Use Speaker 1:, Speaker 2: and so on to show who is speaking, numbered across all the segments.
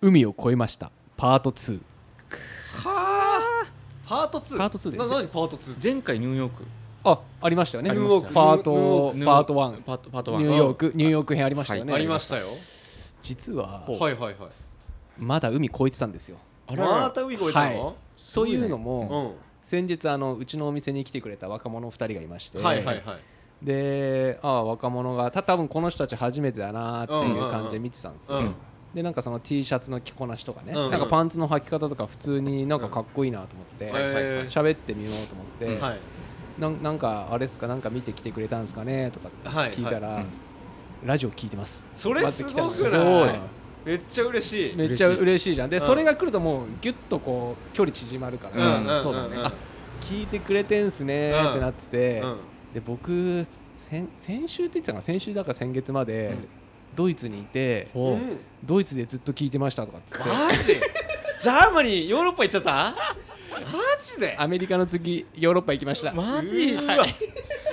Speaker 1: 海を越えましたパート2
Speaker 2: はあパート2
Speaker 1: パート2です
Speaker 2: な何パート2
Speaker 3: 前回ニューヨーク
Speaker 1: あありましたよね
Speaker 3: あり
Speaker 1: ニューヨー
Speaker 3: ました
Speaker 1: クパート
Speaker 3: ニューヨーク
Speaker 1: パート1
Speaker 3: パートパート1
Speaker 1: ニューヨークニューヨーク編ありましたよね
Speaker 3: は
Speaker 2: あ
Speaker 3: い
Speaker 2: りましたよ
Speaker 1: 実は
Speaker 2: はいはいはい
Speaker 1: まだ海越えてたんですよ
Speaker 3: あら
Speaker 2: また海越えたの
Speaker 3: す
Speaker 1: と
Speaker 3: ごい
Speaker 1: い
Speaker 3: ね
Speaker 1: うの
Speaker 2: う
Speaker 1: も先日あのうちのお店に来てくれた若者2人がいまして
Speaker 2: んはいはいはい
Speaker 1: でああ若者がた多分この人たち初めてだなっていう感じで見てたんです
Speaker 2: う
Speaker 1: よ
Speaker 2: ん
Speaker 1: でなんかその T シャツの着こなしとかね
Speaker 2: うんうん
Speaker 1: なんかパンツの履き方とか普通になんかかっこいいなと思って
Speaker 2: はいはいはい
Speaker 1: 喋ってみようと思って
Speaker 2: はい
Speaker 1: なんなんかあれですかなんか見てきてくれたんですかねとかって
Speaker 2: はい
Speaker 1: 聞いた
Speaker 3: は
Speaker 1: ら
Speaker 3: いうん
Speaker 1: ラジオ聞いてます
Speaker 2: それすご
Speaker 1: す
Speaker 2: く
Speaker 1: ご
Speaker 2: ないいめっちゃ嬉しい
Speaker 1: めっちゃ
Speaker 3: 嬉しい
Speaker 1: 嬉しいじゃんで
Speaker 2: うん
Speaker 1: それが来るともうギュッとこう距離縮まるか
Speaker 2: うん
Speaker 1: ら
Speaker 2: うんうん
Speaker 1: そうだね
Speaker 2: うん
Speaker 1: あ聞いてくれてんすね
Speaker 2: うん
Speaker 1: ってなってて
Speaker 2: うん
Speaker 1: で僕先先週って言ってたかな先週だから先月まで
Speaker 3: うん
Speaker 1: ドイツにいて
Speaker 3: ほう
Speaker 2: うん
Speaker 1: ドイツでずっと聞いてましたとかっつって
Speaker 2: マジジャーマニーヨーロッパ行っちゃったマジで
Speaker 1: アメリカの次ヨーロッパ行きました
Speaker 3: マジ
Speaker 2: うーわ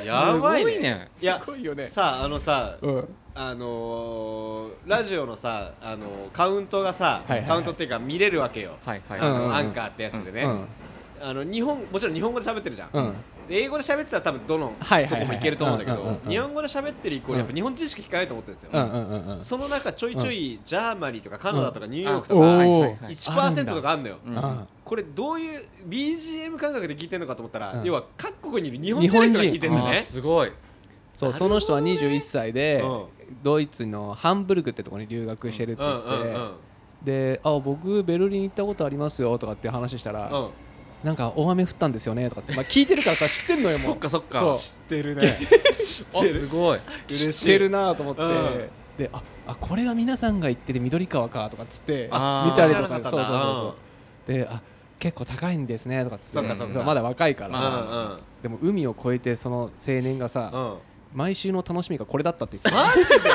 Speaker 2: やばいねいや
Speaker 1: すごいよね
Speaker 2: さああのさ
Speaker 1: うん
Speaker 2: あのーラジオのさあのーカウントがさ
Speaker 1: はいはいはい
Speaker 2: カウントっていうか見れるわけよ
Speaker 3: はいはい
Speaker 2: あ
Speaker 1: うんうんうん
Speaker 2: のアンカーってやつで
Speaker 1: う
Speaker 2: ね
Speaker 1: ん
Speaker 2: あの日本もちろん日本語で喋ってるじゃん
Speaker 1: うん
Speaker 2: で英語で喋ってたら多分どの
Speaker 1: はいはい
Speaker 2: と
Speaker 1: はい
Speaker 2: こもいけると思うんだけ
Speaker 1: うんうん
Speaker 2: ど
Speaker 1: うん
Speaker 2: 日本語で喋ってる以降やっぱ日本人しか聞かないと思ってるんです
Speaker 1: うんう
Speaker 2: よ
Speaker 1: んうんうん
Speaker 2: その中ちょいちょいジャーマニーとかカナダとかニューヨークと
Speaker 1: お
Speaker 2: か
Speaker 3: い
Speaker 1: お
Speaker 3: はい
Speaker 1: ー
Speaker 3: はい
Speaker 2: 1%とかあんのよ
Speaker 3: うん
Speaker 1: あ
Speaker 2: これどういう BGM 感覚で聞いてるのかと思ったら、
Speaker 1: うん
Speaker 2: 要は各国にいる日本人の人が聞いてるんだ
Speaker 3: あー
Speaker 2: ね
Speaker 3: すごい
Speaker 1: そう
Speaker 2: なるほどね
Speaker 1: その人は21歳で
Speaker 2: うん
Speaker 1: ドイツのハンブルクってとこに留学してるって
Speaker 2: うんう
Speaker 1: 言
Speaker 2: ん
Speaker 1: ってて
Speaker 2: うん
Speaker 1: で「あ僕ベルリン行ったことありますよ」とかって話したら、
Speaker 2: うん
Speaker 1: なんか大雨降ったんですよねとかって、まあ、聞いてるからさ知ってんのよもう
Speaker 3: そっかそっか
Speaker 1: そう
Speaker 2: 知ってる ね知っ
Speaker 3: あ
Speaker 2: て
Speaker 3: す
Speaker 2: る
Speaker 3: ごい
Speaker 2: 嬉
Speaker 1: 知
Speaker 2: し
Speaker 1: っ
Speaker 2: い
Speaker 1: てるなと思って、
Speaker 2: うん
Speaker 1: でああこれが皆さんが言ってて緑川かとかっつって
Speaker 3: あー
Speaker 1: 見たりとか
Speaker 2: 知らなかったな
Speaker 1: そうそうそうそうであ結構高いんですねとかっつって
Speaker 2: そっか
Speaker 3: そっか
Speaker 1: まだ若いから
Speaker 2: う
Speaker 1: さ、
Speaker 2: ん
Speaker 1: でも海を越えてその青年がさ、
Speaker 2: うんうん
Speaker 1: 毎週の楽しみがこれだったって言ってた
Speaker 2: マジで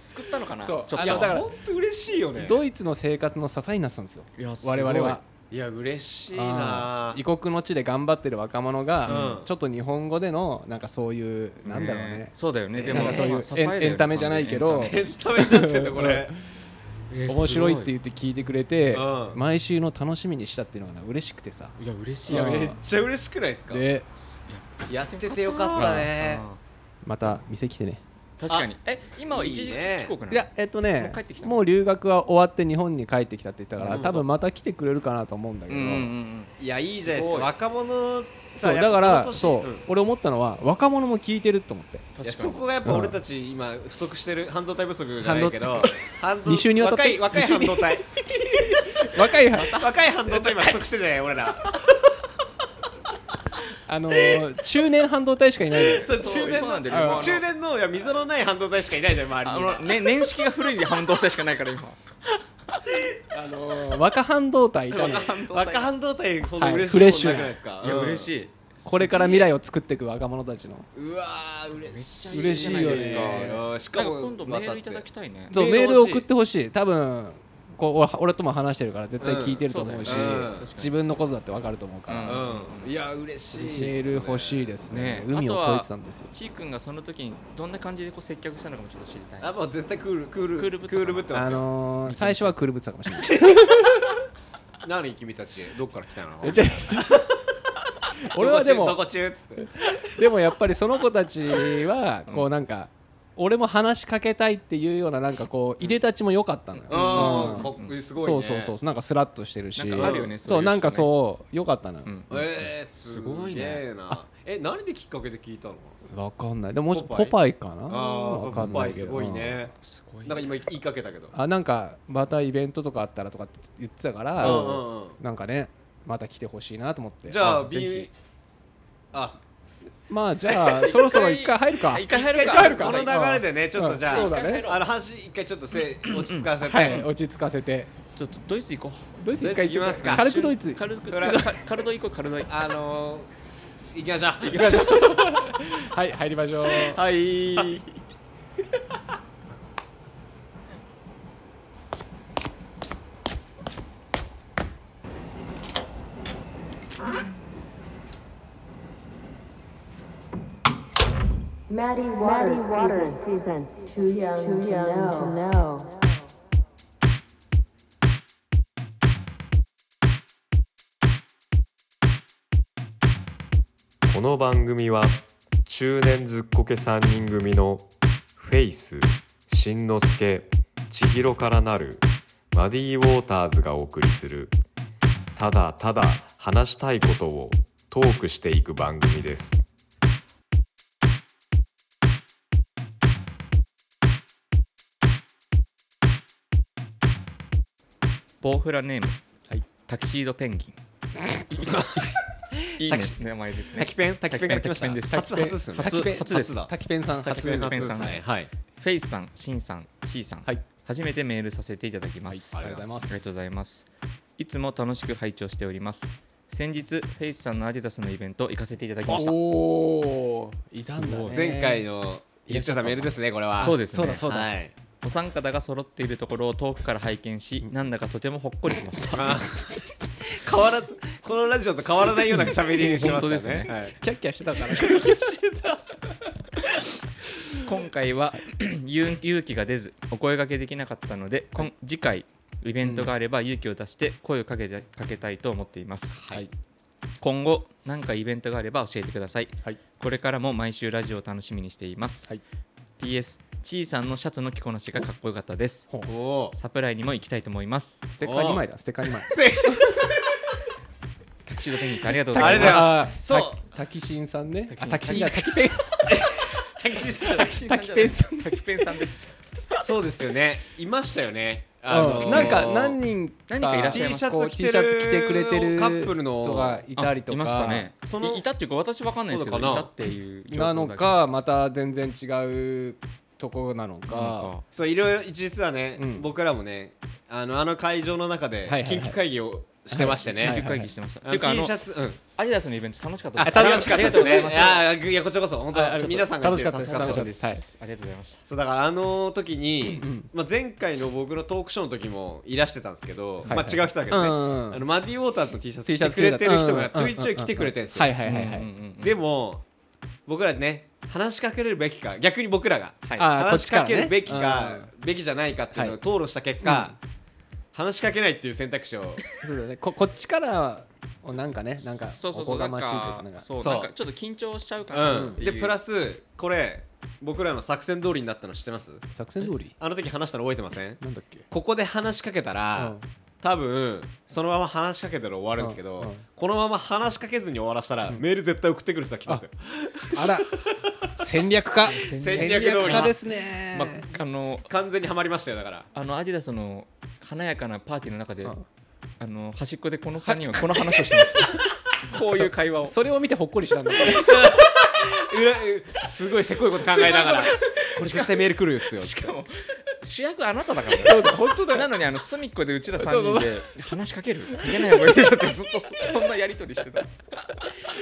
Speaker 3: 作ったのかな
Speaker 1: そう
Speaker 3: ちょっと
Speaker 1: あ
Speaker 2: い
Speaker 1: いや
Speaker 2: や
Speaker 1: だか
Speaker 2: だからら本当嬉しいよね
Speaker 1: ドイツの生活の支えになってたんですよ
Speaker 3: いやすご
Speaker 1: 我
Speaker 3: い
Speaker 1: 々はい
Speaker 2: や嬉しい
Speaker 1: あ
Speaker 2: な
Speaker 1: ー異国の地で頑張ってる若者が、
Speaker 2: うん
Speaker 1: ちょっと日本語でのなんかそういうなんだろうね、
Speaker 3: そうだよねで
Speaker 1: なん
Speaker 3: も
Speaker 1: かそういう
Speaker 3: まあ支えだよね
Speaker 1: エンエンタメじゃないけど
Speaker 3: エン
Speaker 2: エンタメになってんだこ れ
Speaker 3: タメ
Speaker 1: 面白いって言
Speaker 3: え
Speaker 1: って聞いてくれて、
Speaker 2: うん
Speaker 1: 毎週の楽しみにしたっていうのがな嬉しくてさ
Speaker 3: すごいいや嬉し
Speaker 2: い
Speaker 3: い
Speaker 2: や
Speaker 3: や
Speaker 2: めっちゃ嬉しくないですか
Speaker 1: で
Speaker 2: やっててよかったね
Speaker 1: また店来てね
Speaker 3: 確かにえ今は一時
Speaker 2: いいね
Speaker 3: 帰国なの
Speaker 1: いやえっと
Speaker 3: も
Speaker 1: ね
Speaker 3: う帰ってきた
Speaker 1: もう留学は終わって日本に帰ってきたって言ったから、
Speaker 2: うん
Speaker 1: 多分また来てくれるかなと思うんだけ
Speaker 3: うん
Speaker 1: ど、
Speaker 3: うんうん
Speaker 2: いやいいじゃないです
Speaker 3: すご
Speaker 2: か
Speaker 3: い
Speaker 2: 若者
Speaker 1: そ
Speaker 2: さ
Speaker 1: う
Speaker 2: やっぱ
Speaker 1: だか
Speaker 2: この
Speaker 1: ら
Speaker 2: 年
Speaker 1: そう、
Speaker 2: ん
Speaker 1: 俺思ったのは若者も聞いてると思って
Speaker 2: い
Speaker 3: 確
Speaker 2: や
Speaker 3: かに
Speaker 2: そこがやっぱ俺たち今不足してる半導体不足じゃないけど半導
Speaker 1: 二週にわたって
Speaker 2: 若い若い
Speaker 1: 二週
Speaker 2: 半
Speaker 1: に
Speaker 2: 導体
Speaker 1: 若いは
Speaker 2: 若い半導体今不足してるじゃない俺ら
Speaker 1: あのー中年半導体しかいないのよ
Speaker 2: そう
Speaker 3: そう
Speaker 2: 中年
Speaker 3: そう
Speaker 2: の
Speaker 3: なんだよ
Speaker 1: あの
Speaker 2: 中年のいや溝のない半導体しかいないじゃん周り
Speaker 3: あ
Speaker 2: に
Speaker 3: のね年式が古い半導体しかないから今
Speaker 1: あのー若半導体いたのよ
Speaker 2: 若半導体ほ
Speaker 1: は
Speaker 2: ど
Speaker 1: い
Speaker 2: 嬉しいもんなくないですか
Speaker 3: いや
Speaker 2: うん
Speaker 3: 嬉しい
Speaker 1: これから未来を作っていく若者たちの
Speaker 2: うわー嬉しい
Speaker 1: 嬉しいよね
Speaker 2: じゃなですかうんしか
Speaker 3: なんか
Speaker 2: も
Speaker 3: 今度メールいただきたいね
Speaker 1: そう
Speaker 2: メ
Speaker 1: メ
Speaker 2: ー
Speaker 1: ール
Speaker 2: ル欲しい
Speaker 1: 送ってほしい多分こう俺俺とも話してるから絶対聞いてると思うし、
Speaker 3: うん
Speaker 2: そうだよねうん
Speaker 1: 自分のことだって分かると思うから、
Speaker 3: う
Speaker 2: たうんいや嬉しい
Speaker 1: メール欲しいですね
Speaker 3: ね
Speaker 1: 海を越えてたんですよ
Speaker 3: ちーくんがその時にどんな感じでこう接客したのかもちょっと知りたい
Speaker 2: あもう絶対クールクール
Speaker 3: クールぶって
Speaker 2: ぶっ
Speaker 3: ます
Speaker 2: てますよ
Speaker 1: あのー、最初はクールブツだかもしれない
Speaker 2: 何君たちどっから来たの
Speaker 1: ちょ 俺はで
Speaker 2: どこ
Speaker 1: も
Speaker 2: 中どこ中っつって
Speaker 1: でもやっぱりその子たちはこうなんか、俺も話しかけたいっていうようななんかこういでたちも良かったのよ、
Speaker 2: あ
Speaker 1: うん
Speaker 2: あ、かっこいいすごいね。
Speaker 1: そうそうそうなんかスラッとしてるし
Speaker 3: なんかあるよね
Speaker 1: そ
Speaker 3: そうういう人ね
Speaker 1: なんかそう良かったな、
Speaker 3: うん
Speaker 2: えー、すごいねな。え、何できっかけで聞いたの？
Speaker 1: わかんないでももうちょっと
Speaker 2: ポ
Speaker 1: ポ
Speaker 2: パ
Speaker 1: パイかな
Speaker 2: あ
Speaker 1: わ
Speaker 2: あ、
Speaker 1: か
Speaker 2: ポ
Speaker 1: ん
Speaker 2: パ
Speaker 1: な
Speaker 2: イ
Speaker 1: いけ
Speaker 2: す
Speaker 1: ど
Speaker 2: ごいね。
Speaker 3: すごい
Speaker 2: なんか今言いかけたけど。
Speaker 1: あなんかまたイベントとかあったらとかって言ってたから、
Speaker 2: うんうんうん。
Speaker 1: なんかねまた来てほしいなと思って
Speaker 2: じゃあ
Speaker 1: ぜひ
Speaker 2: B、あ、
Speaker 1: まあじゃあそろそろ一回入るか
Speaker 3: 一回入る
Speaker 2: 一
Speaker 3: か
Speaker 2: 回
Speaker 1: るか
Speaker 2: この流れでね、ちょっとじゃ
Speaker 1: うんそうだね
Speaker 2: あ、あの話一回ちょっとせ落ち着かせ
Speaker 1: は
Speaker 2: て
Speaker 1: い。落ち着かせて
Speaker 3: ちょっとドイツ行こ
Speaker 1: ドイツ一回行
Speaker 2: ドイ
Speaker 1: っ
Speaker 2: ツ行きます
Speaker 1: て
Speaker 2: か
Speaker 1: 軽くドイツ
Speaker 3: う軽く
Speaker 2: ドラ
Speaker 3: カルド行こうカルド行こ
Speaker 2: あのー、行きましょう。行き
Speaker 1: ましょうはい入りましょう
Speaker 2: はい。
Speaker 4: Maddie Waters, presents, Too Young, to, know.
Speaker 2: この番組は中年ずっこけ3人組のフェイスしんのすけ千尋からなるマディウォーターズがお送りするただただ話したいことをトークしていく番組です。
Speaker 3: ボーフラネーム、
Speaker 1: はい
Speaker 3: タキシードペンギンいいね
Speaker 2: タキシ
Speaker 3: 名前ですね
Speaker 2: 滝ペン滝ペンが来まし
Speaker 3: 滝ペンで
Speaker 2: た。
Speaker 3: す
Speaker 2: 初初ですよね。
Speaker 3: 初初です
Speaker 2: だ。
Speaker 1: 滝ペンさん
Speaker 2: 滝
Speaker 1: 初
Speaker 2: ペン
Speaker 3: 滝ペン
Speaker 2: 初
Speaker 3: さ
Speaker 2: さ
Speaker 3: ん
Speaker 2: んね。はい。
Speaker 3: フェイスさん、シンさん、シーさん、
Speaker 1: はい
Speaker 3: 初めてメールさせていただきます、
Speaker 1: はいありがとうございます
Speaker 3: ありがとうございますいつも楽しく拝聴しております先日フェイスさんのアディダスのイベント行かせていただきました
Speaker 1: おおーいたんだね
Speaker 2: 前回の言っちゃったメールですねこれは。
Speaker 3: そうです
Speaker 1: そ
Speaker 3: ね
Speaker 1: うだそうだ、
Speaker 2: はい。
Speaker 3: お三方が揃っているところを遠くから拝見し、なんだかとてもほっこりしました
Speaker 2: 変わらずこのラジオと変わらないような喋りしてますか
Speaker 3: 本当で
Speaker 2: ら
Speaker 3: すね
Speaker 2: ね。はい
Speaker 1: キャッキャしてた から
Speaker 3: 今回は 勇勇気が出ずお声掛けできなかったので、今次回イベントがあれば勇気を出して声をかけてかけたいと思っています
Speaker 1: はい
Speaker 3: 今後何かイベントがあれば教えてください
Speaker 1: はい
Speaker 3: これからも毎週ラジオを楽しみにしています、
Speaker 1: はい
Speaker 3: PS ちーさんのシャツの着こなしがかっこよかったです
Speaker 1: ほう
Speaker 2: おお。
Speaker 3: サプライにも行きたいと思います
Speaker 1: ステッカー2枚だステッカー2枚
Speaker 3: タキシードペンギンさんありがとうご
Speaker 2: あ
Speaker 3: ざ
Speaker 2: り
Speaker 3: い
Speaker 2: がとうござい
Speaker 3: ます
Speaker 2: ます。そう。
Speaker 1: タキシンさんね
Speaker 3: タキシン
Speaker 1: あンタキペン
Speaker 2: タキシさん。
Speaker 1: タキペンさん
Speaker 3: タキペンさんです
Speaker 2: そうですよね。いましたよね。
Speaker 1: うんなんか何人か
Speaker 3: 何かいらっしゃ
Speaker 2: T
Speaker 3: い
Speaker 2: シ
Speaker 3: ます
Speaker 2: ャ
Speaker 1: こ
Speaker 2: ツ
Speaker 1: う
Speaker 2: 着
Speaker 1: T
Speaker 2: て
Speaker 1: シ
Speaker 2: る
Speaker 1: ャツ着てくれてる
Speaker 2: カップルの
Speaker 1: 人がいたりとか
Speaker 3: あいましたね
Speaker 2: その
Speaker 3: いいたっていうか私わかんないですけど
Speaker 2: そうだ
Speaker 3: い
Speaker 2: かな
Speaker 3: たっていう情
Speaker 1: な
Speaker 3: 報だけ
Speaker 1: のかまた全然違うとこなの
Speaker 3: なんか
Speaker 1: か
Speaker 2: そういろいろ実はね、
Speaker 1: うん
Speaker 2: 僕らもねあのあの会場の中
Speaker 1: は
Speaker 2: で
Speaker 1: いはいはい
Speaker 2: 緊急会議をしてましてね。
Speaker 1: はい
Speaker 3: 緊急会議してました、
Speaker 2: あの
Speaker 3: っていうかあ
Speaker 2: T
Speaker 3: の
Speaker 2: シャツ、うん、
Speaker 3: アディダスのイベント楽しかった
Speaker 2: あ楽しかったです
Speaker 3: あ
Speaker 2: ね。
Speaker 3: りがとうございま
Speaker 2: い
Speaker 3: した
Speaker 2: やいやこちらこそ本
Speaker 1: あありがと
Speaker 2: 当
Speaker 1: う
Speaker 2: 皆さんが
Speaker 1: 楽しかった
Speaker 2: い
Speaker 1: で
Speaker 2: て
Speaker 1: す
Speaker 2: 助か
Speaker 1: 楽
Speaker 2: っ
Speaker 1: しか
Speaker 2: た
Speaker 1: った
Speaker 2: で。
Speaker 1: ですすはい
Speaker 3: ありがとうございました
Speaker 2: そうだからあの時に、
Speaker 1: うんうん
Speaker 2: まあ前回の僕のトークショーの時もいらしてたんですけど、
Speaker 1: いはい
Speaker 2: まあ違う人だけどね。
Speaker 1: うんうん
Speaker 2: あのマディウォーターズの T シャツ
Speaker 1: T
Speaker 2: 着
Speaker 1: シャ
Speaker 2: て
Speaker 1: ツ
Speaker 2: くれて
Speaker 1: う
Speaker 2: る人
Speaker 1: んうんう
Speaker 2: が
Speaker 1: ん
Speaker 2: ちょいちょい来てくれてるんですよ。
Speaker 1: はいはいはいはい、
Speaker 3: うんうんうん
Speaker 2: でも僕らね話しかけれるべきか逆に僕らが
Speaker 3: はい
Speaker 1: あーこっ
Speaker 2: 話
Speaker 1: ち
Speaker 2: し
Speaker 1: から
Speaker 2: か
Speaker 1: ね
Speaker 2: けるべきか
Speaker 1: うん
Speaker 2: べきじゃないかっていうのを
Speaker 1: はい
Speaker 2: 討論した結果話しかけないっていう選択肢を
Speaker 1: そうだねここっちからをなんかねなんか
Speaker 3: そうそう
Speaker 1: お
Speaker 3: そう
Speaker 1: こ
Speaker 3: な
Speaker 1: が
Speaker 3: んか
Speaker 1: ましいというかなんか
Speaker 3: そう
Speaker 2: そう
Speaker 3: なんかちょっと緊張しちゃうか
Speaker 2: う
Speaker 3: なっ
Speaker 2: ん
Speaker 3: ていう、
Speaker 2: でプラ
Speaker 3: ス
Speaker 2: スこれ僕らの作戦通りになったの知ってます
Speaker 1: 作戦通り
Speaker 2: あの時話したの覚えてません
Speaker 1: なんだっけ
Speaker 2: ここで話しかけたら
Speaker 1: うん
Speaker 2: 多分そのまま話しかけたら終わるんですけ
Speaker 1: うんう
Speaker 2: ど
Speaker 1: ん
Speaker 2: このまま話しかけずに終わらせたらメール絶対送ってくる人が来たんですよ
Speaker 1: あら戦略家
Speaker 2: 戦略通り
Speaker 1: 家ですね、
Speaker 3: まあの
Speaker 2: 完全にはまりましたよだから
Speaker 3: あのアディダスの華やかなパーティーの中で、
Speaker 1: うん
Speaker 3: あの端っこでこの3人はこの話をしてましたこういう会話を
Speaker 1: それを見てほっこり したんだ
Speaker 2: うらうすごいせこいこと考えながらこれ絶対メール来るんですよ
Speaker 3: しかも主役あなただからね
Speaker 1: 本当
Speaker 3: なのにあの隅っこでうちら
Speaker 1: そ
Speaker 3: 3
Speaker 1: うそ
Speaker 3: 人
Speaker 1: う
Speaker 3: で話しかけるつけない方がいいでしょってずっとそそんなやり取りしてたい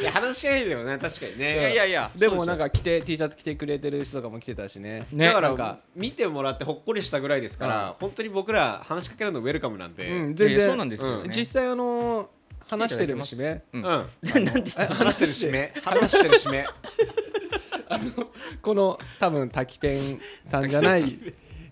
Speaker 2: いや話し合いだよね確かにね
Speaker 3: やいやいや
Speaker 1: でもなんか着て T シャツ着てくれてる人とかも来てたしね
Speaker 3: ね
Speaker 2: だか
Speaker 1: なん
Speaker 2: ら
Speaker 1: か
Speaker 2: 見てもらってほっこりしたぐらいですから、
Speaker 1: うん
Speaker 2: 本当に僕ら話しかけるのウェルカムなんで、
Speaker 1: う
Speaker 2: うん
Speaker 1: ん
Speaker 3: そうです
Speaker 1: 全
Speaker 3: いや
Speaker 1: 然
Speaker 3: いやそうなんですよ、ね
Speaker 1: 実際あのー話してるしね
Speaker 3: うん
Speaker 2: なんで話してるしめ話してるしめ
Speaker 1: この多分滝ペンさんじゃない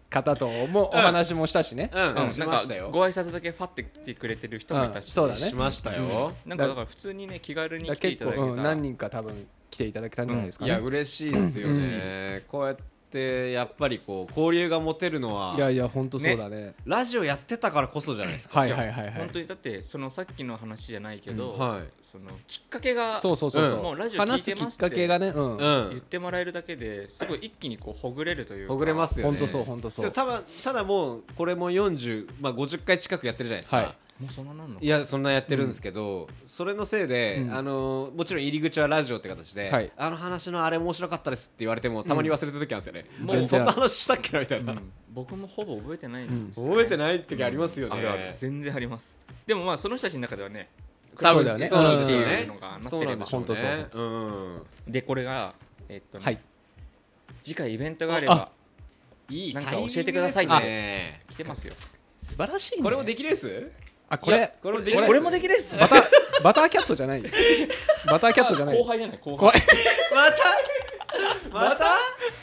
Speaker 1: 方ともお話もしたしね、
Speaker 2: うん、
Speaker 3: うん
Speaker 2: し
Speaker 3: なん
Speaker 2: ま
Speaker 3: か
Speaker 2: したよ
Speaker 3: ご挨拶だけファって来てくれてる人もいたし、
Speaker 1: うんそうだね
Speaker 2: しましたよ、
Speaker 3: なんかだから普通にね気軽に
Speaker 1: だ
Speaker 3: 来
Speaker 1: か
Speaker 3: て
Speaker 1: ら結
Speaker 3: いただけ
Speaker 1: 構、
Speaker 3: た
Speaker 1: うん何人か多分来ていただけたんじゃないですか
Speaker 2: い
Speaker 1: ね、
Speaker 2: や嬉しいですよね、こうやってやっぱりこう交流が持てるのはい
Speaker 1: やいや本当そうだね
Speaker 2: ラジオやってたからこそじゃないですか、
Speaker 1: はいはいはいは
Speaker 3: 本
Speaker 1: い
Speaker 3: 当にだってそのさっきの話じゃないけど、
Speaker 2: うんはい
Speaker 3: そのきっかけが
Speaker 1: そうそうそうそう、
Speaker 2: うん
Speaker 3: もうラジオ
Speaker 1: 話
Speaker 3: 聞
Speaker 1: す
Speaker 3: いて
Speaker 1: き
Speaker 3: ま
Speaker 1: っ
Speaker 3: すっ
Speaker 1: か
Speaker 3: て
Speaker 1: けがねうん、
Speaker 2: う
Speaker 3: 言
Speaker 2: ん
Speaker 3: ってもらえるだけですごい一気にこうほぐれるというか
Speaker 2: ほぐれますよ
Speaker 1: 本
Speaker 2: ね
Speaker 1: 当そう本当そ
Speaker 2: でも
Speaker 1: う
Speaker 2: ただただもうこれも40、まあ、50回近くやってるじゃないですか、
Speaker 1: はい
Speaker 3: もうそんななんの
Speaker 2: いやそんなやってるんですけど、それのせいで、
Speaker 1: うん
Speaker 2: あのもちろん入り口はラジオって形で、
Speaker 1: はい
Speaker 2: あの話のあれ面白かったですって言われてもたまに忘れてる時あるんですよね、
Speaker 1: ん
Speaker 2: もう
Speaker 1: 全
Speaker 2: そ
Speaker 1: 然
Speaker 2: ん
Speaker 1: ある
Speaker 2: な話したっけなみたいな、
Speaker 3: うん僕もほぼ覚えてないんですよね、
Speaker 2: 覚えてない時ありますよね、
Speaker 3: あるある全然ありますでもまあその人たちの中ではね
Speaker 2: 多分
Speaker 1: そうだよね
Speaker 2: そうなんでしょう
Speaker 3: ってい
Speaker 2: ね
Speaker 3: うのがなってれば
Speaker 2: そうなんでしょう
Speaker 1: 本
Speaker 2: ね
Speaker 1: 当そう
Speaker 2: うん
Speaker 3: でこれがえっとね、
Speaker 1: はい
Speaker 3: 次回イベントがあれば
Speaker 2: いい
Speaker 3: なんか
Speaker 2: タイミング
Speaker 3: 教えてください
Speaker 2: ですね
Speaker 3: 来てますよ
Speaker 1: 素晴らしいね
Speaker 2: これもできレース
Speaker 1: あこ
Speaker 3: いや
Speaker 1: れ
Speaker 2: これもでき
Speaker 3: こ
Speaker 2: レース
Speaker 3: れこれもできるっす
Speaker 1: バターバターキャットじゃないよバターキャットじゃない
Speaker 3: 後
Speaker 1: よ
Speaker 3: 輩じゃない後輩
Speaker 1: 怖い
Speaker 2: またまた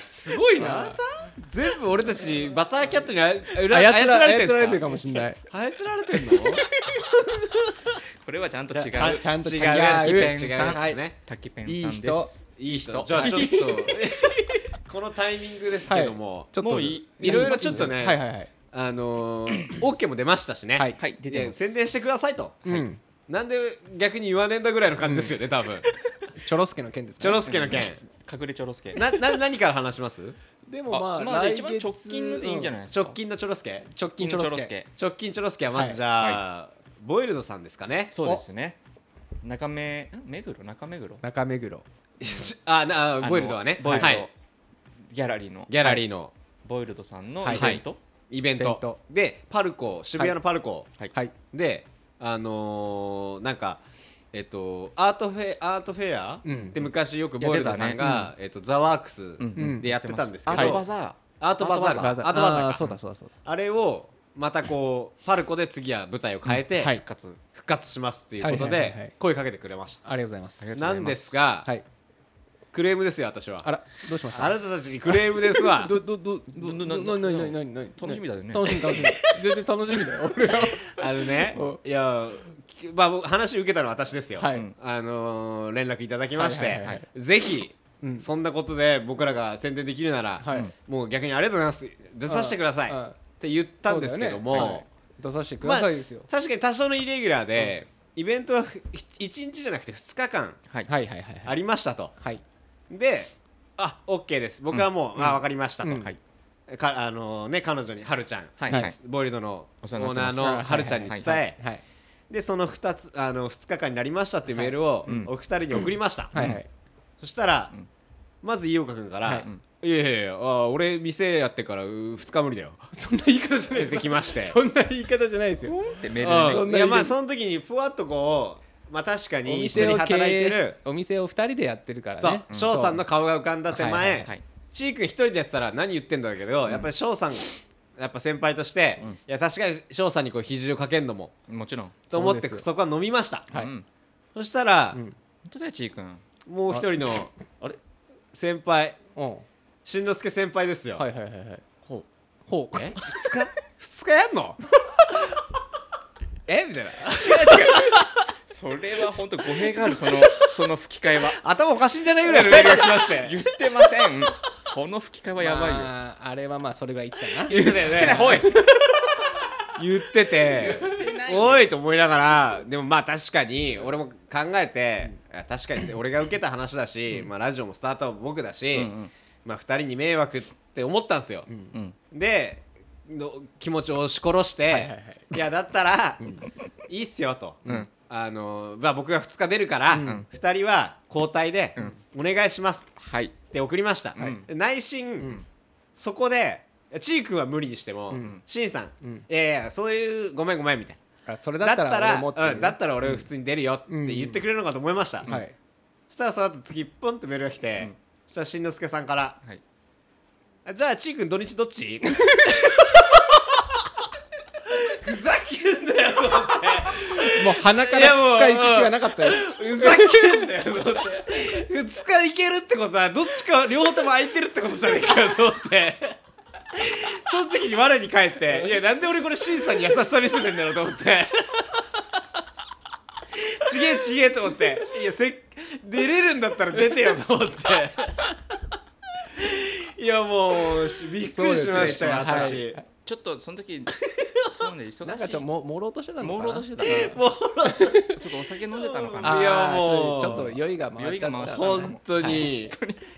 Speaker 2: すごいなまた全部俺たちバターキャットにあうら
Speaker 1: 操
Speaker 2: 操られて
Speaker 1: 操られ
Speaker 2: るん
Speaker 1: て
Speaker 2: で
Speaker 1: る
Speaker 2: すか
Speaker 1: かもしれない
Speaker 2: 操られてんの
Speaker 3: これはちゃんと違う
Speaker 1: ちゃちゃんと違う
Speaker 3: 違う
Speaker 2: 違う
Speaker 3: 違う
Speaker 2: ね
Speaker 3: 滝ペン
Speaker 1: い
Speaker 3: さ
Speaker 1: い
Speaker 3: ん
Speaker 1: 人
Speaker 3: です
Speaker 2: いい人
Speaker 3: 人
Speaker 2: じゃあちょっ とこのタイミングですけども、
Speaker 1: ちょっと
Speaker 2: もういいろいろちょっとね、
Speaker 1: はいはいはい
Speaker 2: あのー、OK も出ましたしね、
Speaker 1: はい
Speaker 3: はい出てます
Speaker 2: いや宣伝してくださいと、
Speaker 1: うん
Speaker 2: なんで逆に言わねえんだぐらいの感じですよね、多分
Speaker 1: チョロスケの件ですね
Speaker 2: チョロスケの件
Speaker 3: 隠れチョロスケ
Speaker 2: なな何から話します
Speaker 1: でもまあ
Speaker 3: まあ
Speaker 1: 来
Speaker 3: 一番直近のでいいんじゃないいですか
Speaker 2: 直近のチョロスケ
Speaker 1: 直近チョロスケ
Speaker 2: 直近チョロスケはまずじゃあ、ボイルドさんですかね
Speaker 3: そうですね中目ん目黒中目黒
Speaker 1: 中目黒
Speaker 2: あなあ
Speaker 3: の
Speaker 2: ボイルドはね
Speaker 3: ボイルド
Speaker 2: はい、
Speaker 3: ギャラリーの
Speaker 2: ギャラリーの
Speaker 3: ボイルドさんの
Speaker 2: はい
Speaker 3: イベント
Speaker 2: イベント,、
Speaker 1: イベント
Speaker 2: でパルコ渋谷のパルコ、
Speaker 3: はい
Speaker 1: はい
Speaker 2: であのーなんかえっとアートフェアアートフェア、
Speaker 1: うん
Speaker 2: で昔よくボイルドさん
Speaker 3: や
Speaker 2: が、えっと、ザワークス
Speaker 3: うん
Speaker 1: うん
Speaker 2: でやってたんですけ
Speaker 3: ア
Speaker 2: ど、
Speaker 3: ートバザー
Speaker 2: アートバザール
Speaker 1: あ
Speaker 2: アートバザールか
Speaker 1: そうだそうだそうだ
Speaker 2: あれをまたこうパルコで次は舞台を変えて、
Speaker 1: うんはい
Speaker 3: 復活
Speaker 2: 復活しますっていうこと
Speaker 1: はいはいはいは
Speaker 2: で
Speaker 1: い
Speaker 2: 声かけてくれまし
Speaker 1: ありがとうございま
Speaker 3: あ
Speaker 2: た
Speaker 3: り
Speaker 1: す
Speaker 3: がとうございます
Speaker 2: なんですが、
Speaker 1: はい
Speaker 2: クレームですよ私は
Speaker 1: あらどうしました
Speaker 2: あなたたちにクレームで すわ
Speaker 1: どどどど
Speaker 3: ど
Speaker 1: ど
Speaker 3: ど
Speaker 1: な
Speaker 3: ど
Speaker 1: なななな
Speaker 3: 楽しみだよね
Speaker 1: 楽しみ楽しみ全然楽しみだよ俺は
Speaker 2: あのね
Speaker 1: お
Speaker 2: いやきまあ僕話受けたのは私ですよ、
Speaker 1: はい
Speaker 3: うん
Speaker 2: あのー連絡いただきまして、
Speaker 1: はいはいはい
Speaker 2: ぜひ、
Speaker 1: うん
Speaker 2: そんなことで僕らが宣伝できるなら、
Speaker 1: はい
Speaker 2: もう逆にありがとうございます出させてください
Speaker 1: うんうん
Speaker 2: って言ったんですけども、
Speaker 1: そうだよねはい出させてくださいですよ
Speaker 2: まあ、確かに多少のイレギュラーで、イベントはふ1日じゃなくて2日間
Speaker 3: はい
Speaker 1: はいはいはいは
Speaker 2: あ
Speaker 1: い
Speaker 2: りましたと、
Speaker 1: はい
Speaker 2: であオッケーです僕はもう、あ分かりましたと、
Speaker 1: うん
Speaker 3: はい
Speaker 2: かあのね彼女にはるちゃん、
Speaker 3: はいはい
Speaker 2: ボイルドのオ
Speaker 3: お世話
Speaker 2: ー
Speaker 3: に
Speaker 2: ナ
Speaker 3: な
Speaker 2: ー
Speaker 3: ってます
Speaker 2: のはるちゃんに伝え
Speaker 1: はい
Speaker 2: でその2つあの2日間になりましたっていうメールを
Speaker 3: いうん
Speaker 2: お二人に送りました、
Speaker 1: はいはい
Speaker 2: そしたら、
Speaker 3: うん
Speaker 2: まず飯岡君から、
Speaker 1: はい
Speaker 2: いやいやいやあー俺店やってから2日無 理だよ
Speaker 1: そんな言い方じゃないで
Speaker 2: 出
Speaker 1: す
Speaker 2: て
Speaker 1: よ
Speaker 2: きまして
Speaker 1: そんな言い方じゃないですよ
Speaker 3: ってメ
Speaker 2: う
Speaker 3: ー
Speaker 2: ん
Speaker 3: ル
Speaker 1: そん
Speaker 2: い
Speaker 3: でね
Speaker 1: な
Speaker 2: やまあその時にふわっとこうまあ確か
Speaker 1: お
Speaker 2: に一緒
Speaker 1: 店
Speaker 2: に
Speaker 1: を経
Speaker 2: 働いて
Speaker 1: 営し
Speaker 2: る
Speaker 1: お店を二人でやってるから
Speaker 2: そう
Speaker 1: ね
Speaker 2: 翔さんの顔が浮かんだ手
Speaker 1: はいはい
Speaker 2: 前
Speaker 3: はい
Speaker 2: ちーくん一人でやってたら何言ってんだけどやっぱり翔さんやっぱ先輩としていや確かに翔さんにこう比重をかけんのも
Speaker 3: もちろん
Speaker 2: と思って
Speaker 1: そうです
Speaker 2: そこは飲みました
Speaker 1: はい
Speaker 3: うん
Speaker 2: そしたら
Speaker 1: うん
Speaker 3: 本当だよちーくん
Speaker 2: もう一人の先輩
Speaker 1: うんは
Speaker 2: しんのすけ先輩ですよ
Speaker 1: いはいはいはい
Speaker 3: ほ
Speaker 1: ほう
Speaker 2: え2日二日やんの えみたいな
Speaker 3: それは本当語弊がある そのその吹き替えは
Speaker 2: 頭おかしいんじゃないぐらいのメールが来まして
Speaker 3: 言ってませんその吹き替えはやばいよ、
Speaker 1: まああれはまあそれぐらい言ってたな
Speaker 2: 言ってたよね
Speaker 3: おい
Speaker 2: 言ってておいと思いながらでもまあ確かに俺も考えて、あ確かに 俺が受けた話だし、まあ、ラジオもスタートは僕だし、
Speaker 3: うんうん
Speaker 2: まあ、2人に迷惑って思ったんですよ、
Speaker 3: うん
Speaker 2: での気持ちを押し殺して、
Speaker 1: はいはいはい
Speaker 2: やだったら、いいっすよと、
Speaker 3: ん
Speaker 2: あのまあ、僕が2日出るから、
Speaker 3: ん
Speaker 2: 2人は交代で、お願いします
Speaker 3: はい
Speaker 2: って送りました、
Speaker 3: い
Speaker 2: 内心、そこでちーくんは無理にしても、
Speaker 1: うん
Speaker 2: しんさん、
Speaker 1: うん
Speaker 2: いやいやそういうごめんごめんみたいな
Speaker 1: あそれだったら俺もっていう
Speaker 2: うん、だったら俺普通に出るよって言ってくれるのかと思いました、
Speaker 1: はい
Speaker 2: そしたらその後月ポンってメールが来て、
Speaker 3: うん
Speaker 2: そしたらしんのすけさんから
Speaker 3: はい
Speaker 2: 「あじゃあちーくん土日どっち? 」 ふざけんなよと思っ
Speaker 1: もう鼻から使い行く気がなかったよ
Speaker 2: てふざけんなよと思って2日いけるってことはどっちか両方とも空いてるってことじゃねえかよと思ってその時に我に返って「いやなんで俺これしんさんに優しさ見せてんだろ」うと思って。ちげえちげえと思っていやせっ出れるんだったら出てよと思っていやもうしびっくりしましたよ
Speaker 1: そうですね
Speaker 2: 私
Speaker 3: ちょっとその時そうね忙しい
Speaker 1: なんかちょっとも朦朧としてたの
Speaker 3: 朦
Speaker 1: かな
Speaker 3: 朧としてたから
Speaker 2: もう
Speaker 3: ちょっとお酒飲んでたのか
Speaker 1: あ
Speaker 3: な
Speaker 1: ー
Speaker 2: いやもう
Speaker 1: ちょっとちょっと酔いが回っちゃっ
Speaker 3: 酔いが
Speaker 1: た
Speaker 3: 回っ
Speaker 2: 本当に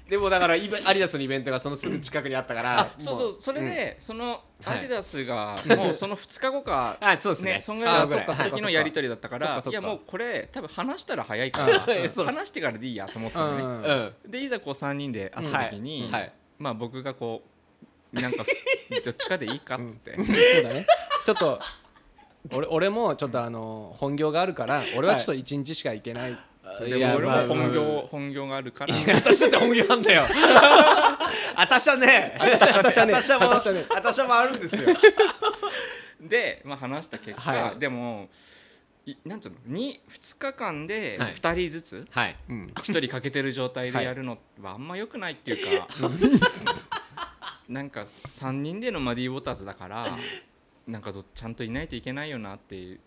Speaker 2: でもだからイベアリダスのイベントがそのすぐ近くにあったから
Speaker 3: あそうそうそれで、その
Speaker 2: は
Speaker 3: ア
Speaker 2: い
Speaker 3: ディダスがもうその2日後か
Speaker 2: あそうですね
Speaker 3: そんぐらい
Speaker 2: あそっ
Speaker 3: の
Speaker 2: か
Speaker 1: そっか
Speaker 3: 時のやり取りだったか
Speaker 1: そっ
Speaker 3: ら
Speaker 1: かそっか
Speaker 3: いやもうこれ多分話したら早いから
Speaker 2: うん
Speaker 3: うん
Speaker 2: そうっす
Speaker 3: 話してからでいいやと思ってた
Speaker 1: う
Speaker 3: のね
Speaker 1: ん
Speaker 2: う、ん
Speaker 3: でいざこう3人で会った時に、
Speaker 2: はいはい
Speaker 3: まあ僕がこうなんかどっちかでいいかっつって、
Speaker 1: そうだねちょっと俺俺もちょっとあの本業があるから俺はちょっと一日しか行けない、
Speaker 2: そ
Speaker 3: でも俺も本業、
Speaker 2: い
Speaker 3: 本業があるから
Speaker 2: や私だって本業なんだよ私はね
Speaker 1: 私はね
Speaker 2: 私はもう
Speaker 1: 私はね
Speaker 2: 私はもうあるんですよ
Speaker 3: で、まあ、話した結果、
Speaker 1: はい
Speaker 3: でもいなんつうの 2, 2日間で
Speaker 2: はい
Speaker 3: 2人ずつ
Speaker 2: はい
Speaker 1: うん、
Speaker 3: 1人欠けてる状態
Speaker 1: は
Speaker 3: で
Speaker 1: い
Speaker 3: やるのはあんま良くないっていう か、なんか3人でのマディウォーターズだからなんかどちゃんといないといけないよなっていう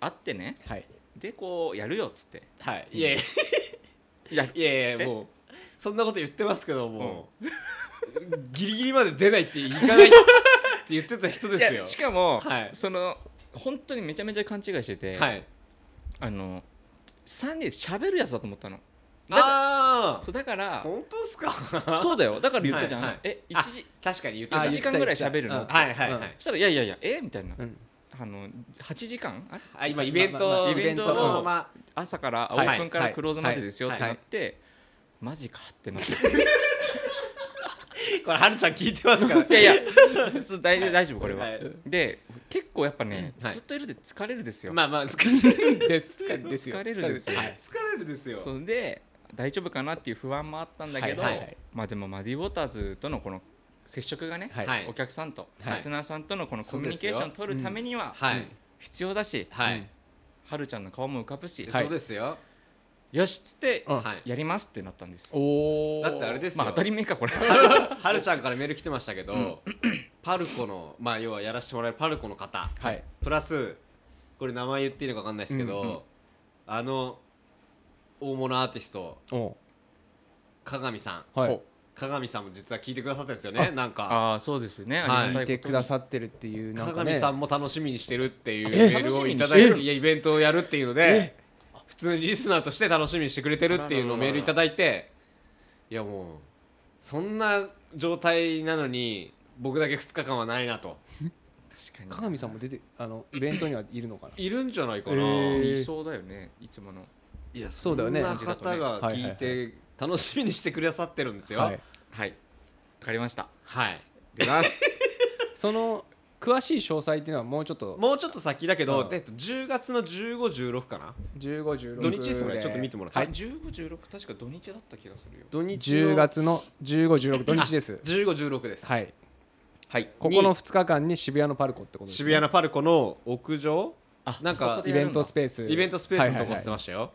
Speaker 3: あってね
Speaker 1: はい
Speaker 3: でこうやるよっつって
Speaker 2: はいいやいやいやいやもうそんなこと言ってますけどもう、ギリギリまで出ないって行かないって言ってた人です
Speaker 3: い
Speaker 2: よ
Speaker 3: やしかも、
Speaker 2: はい
Speaker 3: その本当にめちゃめちゃ勘違いしてて、
Speaker 2: はい
Speaker 3: あの3人で喋るやつだと思ったのだか
Speaker 2: あ
Speaker 3: ら
Speaker 2: あ
Speaker 3: そうだから
Speaker 2: 本当ですか
Speaker 3: そうだよだから言ったじゃん、
Speaker 2: はいはい
Speaker 3: え
Speaker 2: あ
Speaker 3: 一時
Speaker 2: 確かに言って
Speaker 1: あ
Speaker 2: た
Speaker 3: 1時間ぐらい喋るの
Speaker 1: 言った
Speaker 2: はいはいはい、
Speaker 3: そしたら「いやいやいやえみたいな、
Speaker 1: うん
Speaker 3: あの8時間あれ
Speaker 2: あ今イベント、
Speaker 1: まあまあ
Speaker 3: イベント
Speaker 2: そのま
Speaker 3: の
Speaker 2: ま
Speaker 3: 朝からオ
Speaker 2: はい
Speaker 3: ープンか
Speaker 1: は
Speaker 3: ら
Speaker 1: い
Speaker 3: クローズまでですよ」っ
Speaker 2: はい
Speaker 3: てなって、マジかってなって
Speaker 2: これはるちゃん聞いてますから
Speaker 3: いやいやす大大丈夫これは、
Speaker 2: はい
Speaker 3: で結構やっぱね、
Speaker 2: はい
Speaker 3: ずっといるで疲れるですよ、
Speaker 2: まあまあ疲れる
Speaker 1: です ですよ
Speaker 3: 疲れるんですよ
Speaker 1: はい
Speaker 2: 疲れるですよ
Speaker 3: それで大丈夫かなっていう不安もあったんだけど、
Speaker 1: はいはいはい
Speaker 3: まあでもマディ・ウォーターズとのこの接触がね、
Speaker 1: はい
Speaker 2: はい
Speaker 3: お客さんと
Speaker 1: はい
Speaker 3: リスナーさんとのこのコミュニケーションを取るためには
Speaker 2: はい、
Speaker 1: うん
Speaker 3: 必要だし、
Speaker 2: はい、
Speaker 3: はるちゃんの顔も浮かぶし、
Speaker 1: はい
Speaker 2: そうですよ、
Speaker 3: よしっつって、
Speaker 1: うん
Speaker 2: はい
Speaker 3: やりますってなったんです。
Speaker 1: おお
Speaker 2: だってあれですよ、
Speaker 3: まあ当たり前かこれ。
Speaker 2: はるちゃんからメール来てましたけど、パルコのまあ要はやらせてもらえるパルコの方
Speaker 1: はい
Speaker 2: プラスこれ名前言っていいのか分かんないですけど、
Speaker 1: うんう
Speaker 2: あの大物アーティスト
Speaker 1: お
Speaker 2: 加賀美さん、
Speaker 1: はい
Speaker 2: ほ加賀美さんも実は聞いてくださってるんですよねなんか
Speaker 3: ああそうですね。
Speaker 2: はい
Speaker 3: あり
Speaker 1: 聞
Speaker 3: が
Speaker 1: い
Speaker 3: た
Speaker 1: て
Speaker 3: こと
Speaker 1: くださってるっていうなん
Speaker 2: 加
Speaker 1: か
Speaker 2: 賀美
Speaker 1: ね
Speaker 2: さんも楽しみにしてるっていう
Speaker 1: え
Speaker 2: メールをいただ
Speaker 1: 楽し
Speaker 2: い
Speaker 1: みにして
Speaker 2: て
Speaker 1: る
Speaker 2: いやイベントをやるっていうので普通にリスナーとして楽しみにしてくれてるっていうのをメールいただいていやもうそんな状態なのに僕だけ2日間はないなと
Speaker 3: 確か
Speaker 1: 鏡さんも出てあのイベントにはいるのかない
Speaker 2: るんじゃないかな、
Speaker 1: え
Speaker 3: に。
Speaker 1: ー
Speaker 3: いそうだよね。いつもの。
Speaker 2: いや
Speaker 1: そうだよね
Speaker 2: そんな方が聞い
Speaker 1: はい
Speaker 2: て楽しみにしてくださってるんですよ
Speaker 1: はい、
Speaker 3: はい。わかりました。
Speaker 2: はい
Speaker 3: 出ます。
Speaker 1: その詳しい詳細っていうのはもうちょっと
Speaker 2: もうちょっと先だけど、
Speaker 1: うん
Speaker 2: でえっと10月の1516かな
Speaker 1: 1516
Speaker 2: 土日ですねちょっと見てもらって、
Speaker 1: はい
Speaker 3: 十五十六確か土日だった気がするよ。
Speaker 2: 土日の
Speaker 1: 10月の1516土日です
Speaker 2: あ1516です、
Speaker 1: はい
Speaker 3: はい。
Speaker 1: ここの2日間に渋谷のパルコってことです、ね、
Speaker 2: 渋谷のパルコの屋上
Speaker 3: あ
Speaker 2: なん
Speaker 3: あそ
Speaker 2: か
Speaker 3: こで
Speaker 1: イベントスペース
Speaker 2: イベントスペースのとこ
Speaker 1: はい
Speaker 2: っ
Speaker 1: はい
Speaker 2: て
Speaker 1: は
Speaker 2: ま
Speaker 1: い
Speaker 2: したよ、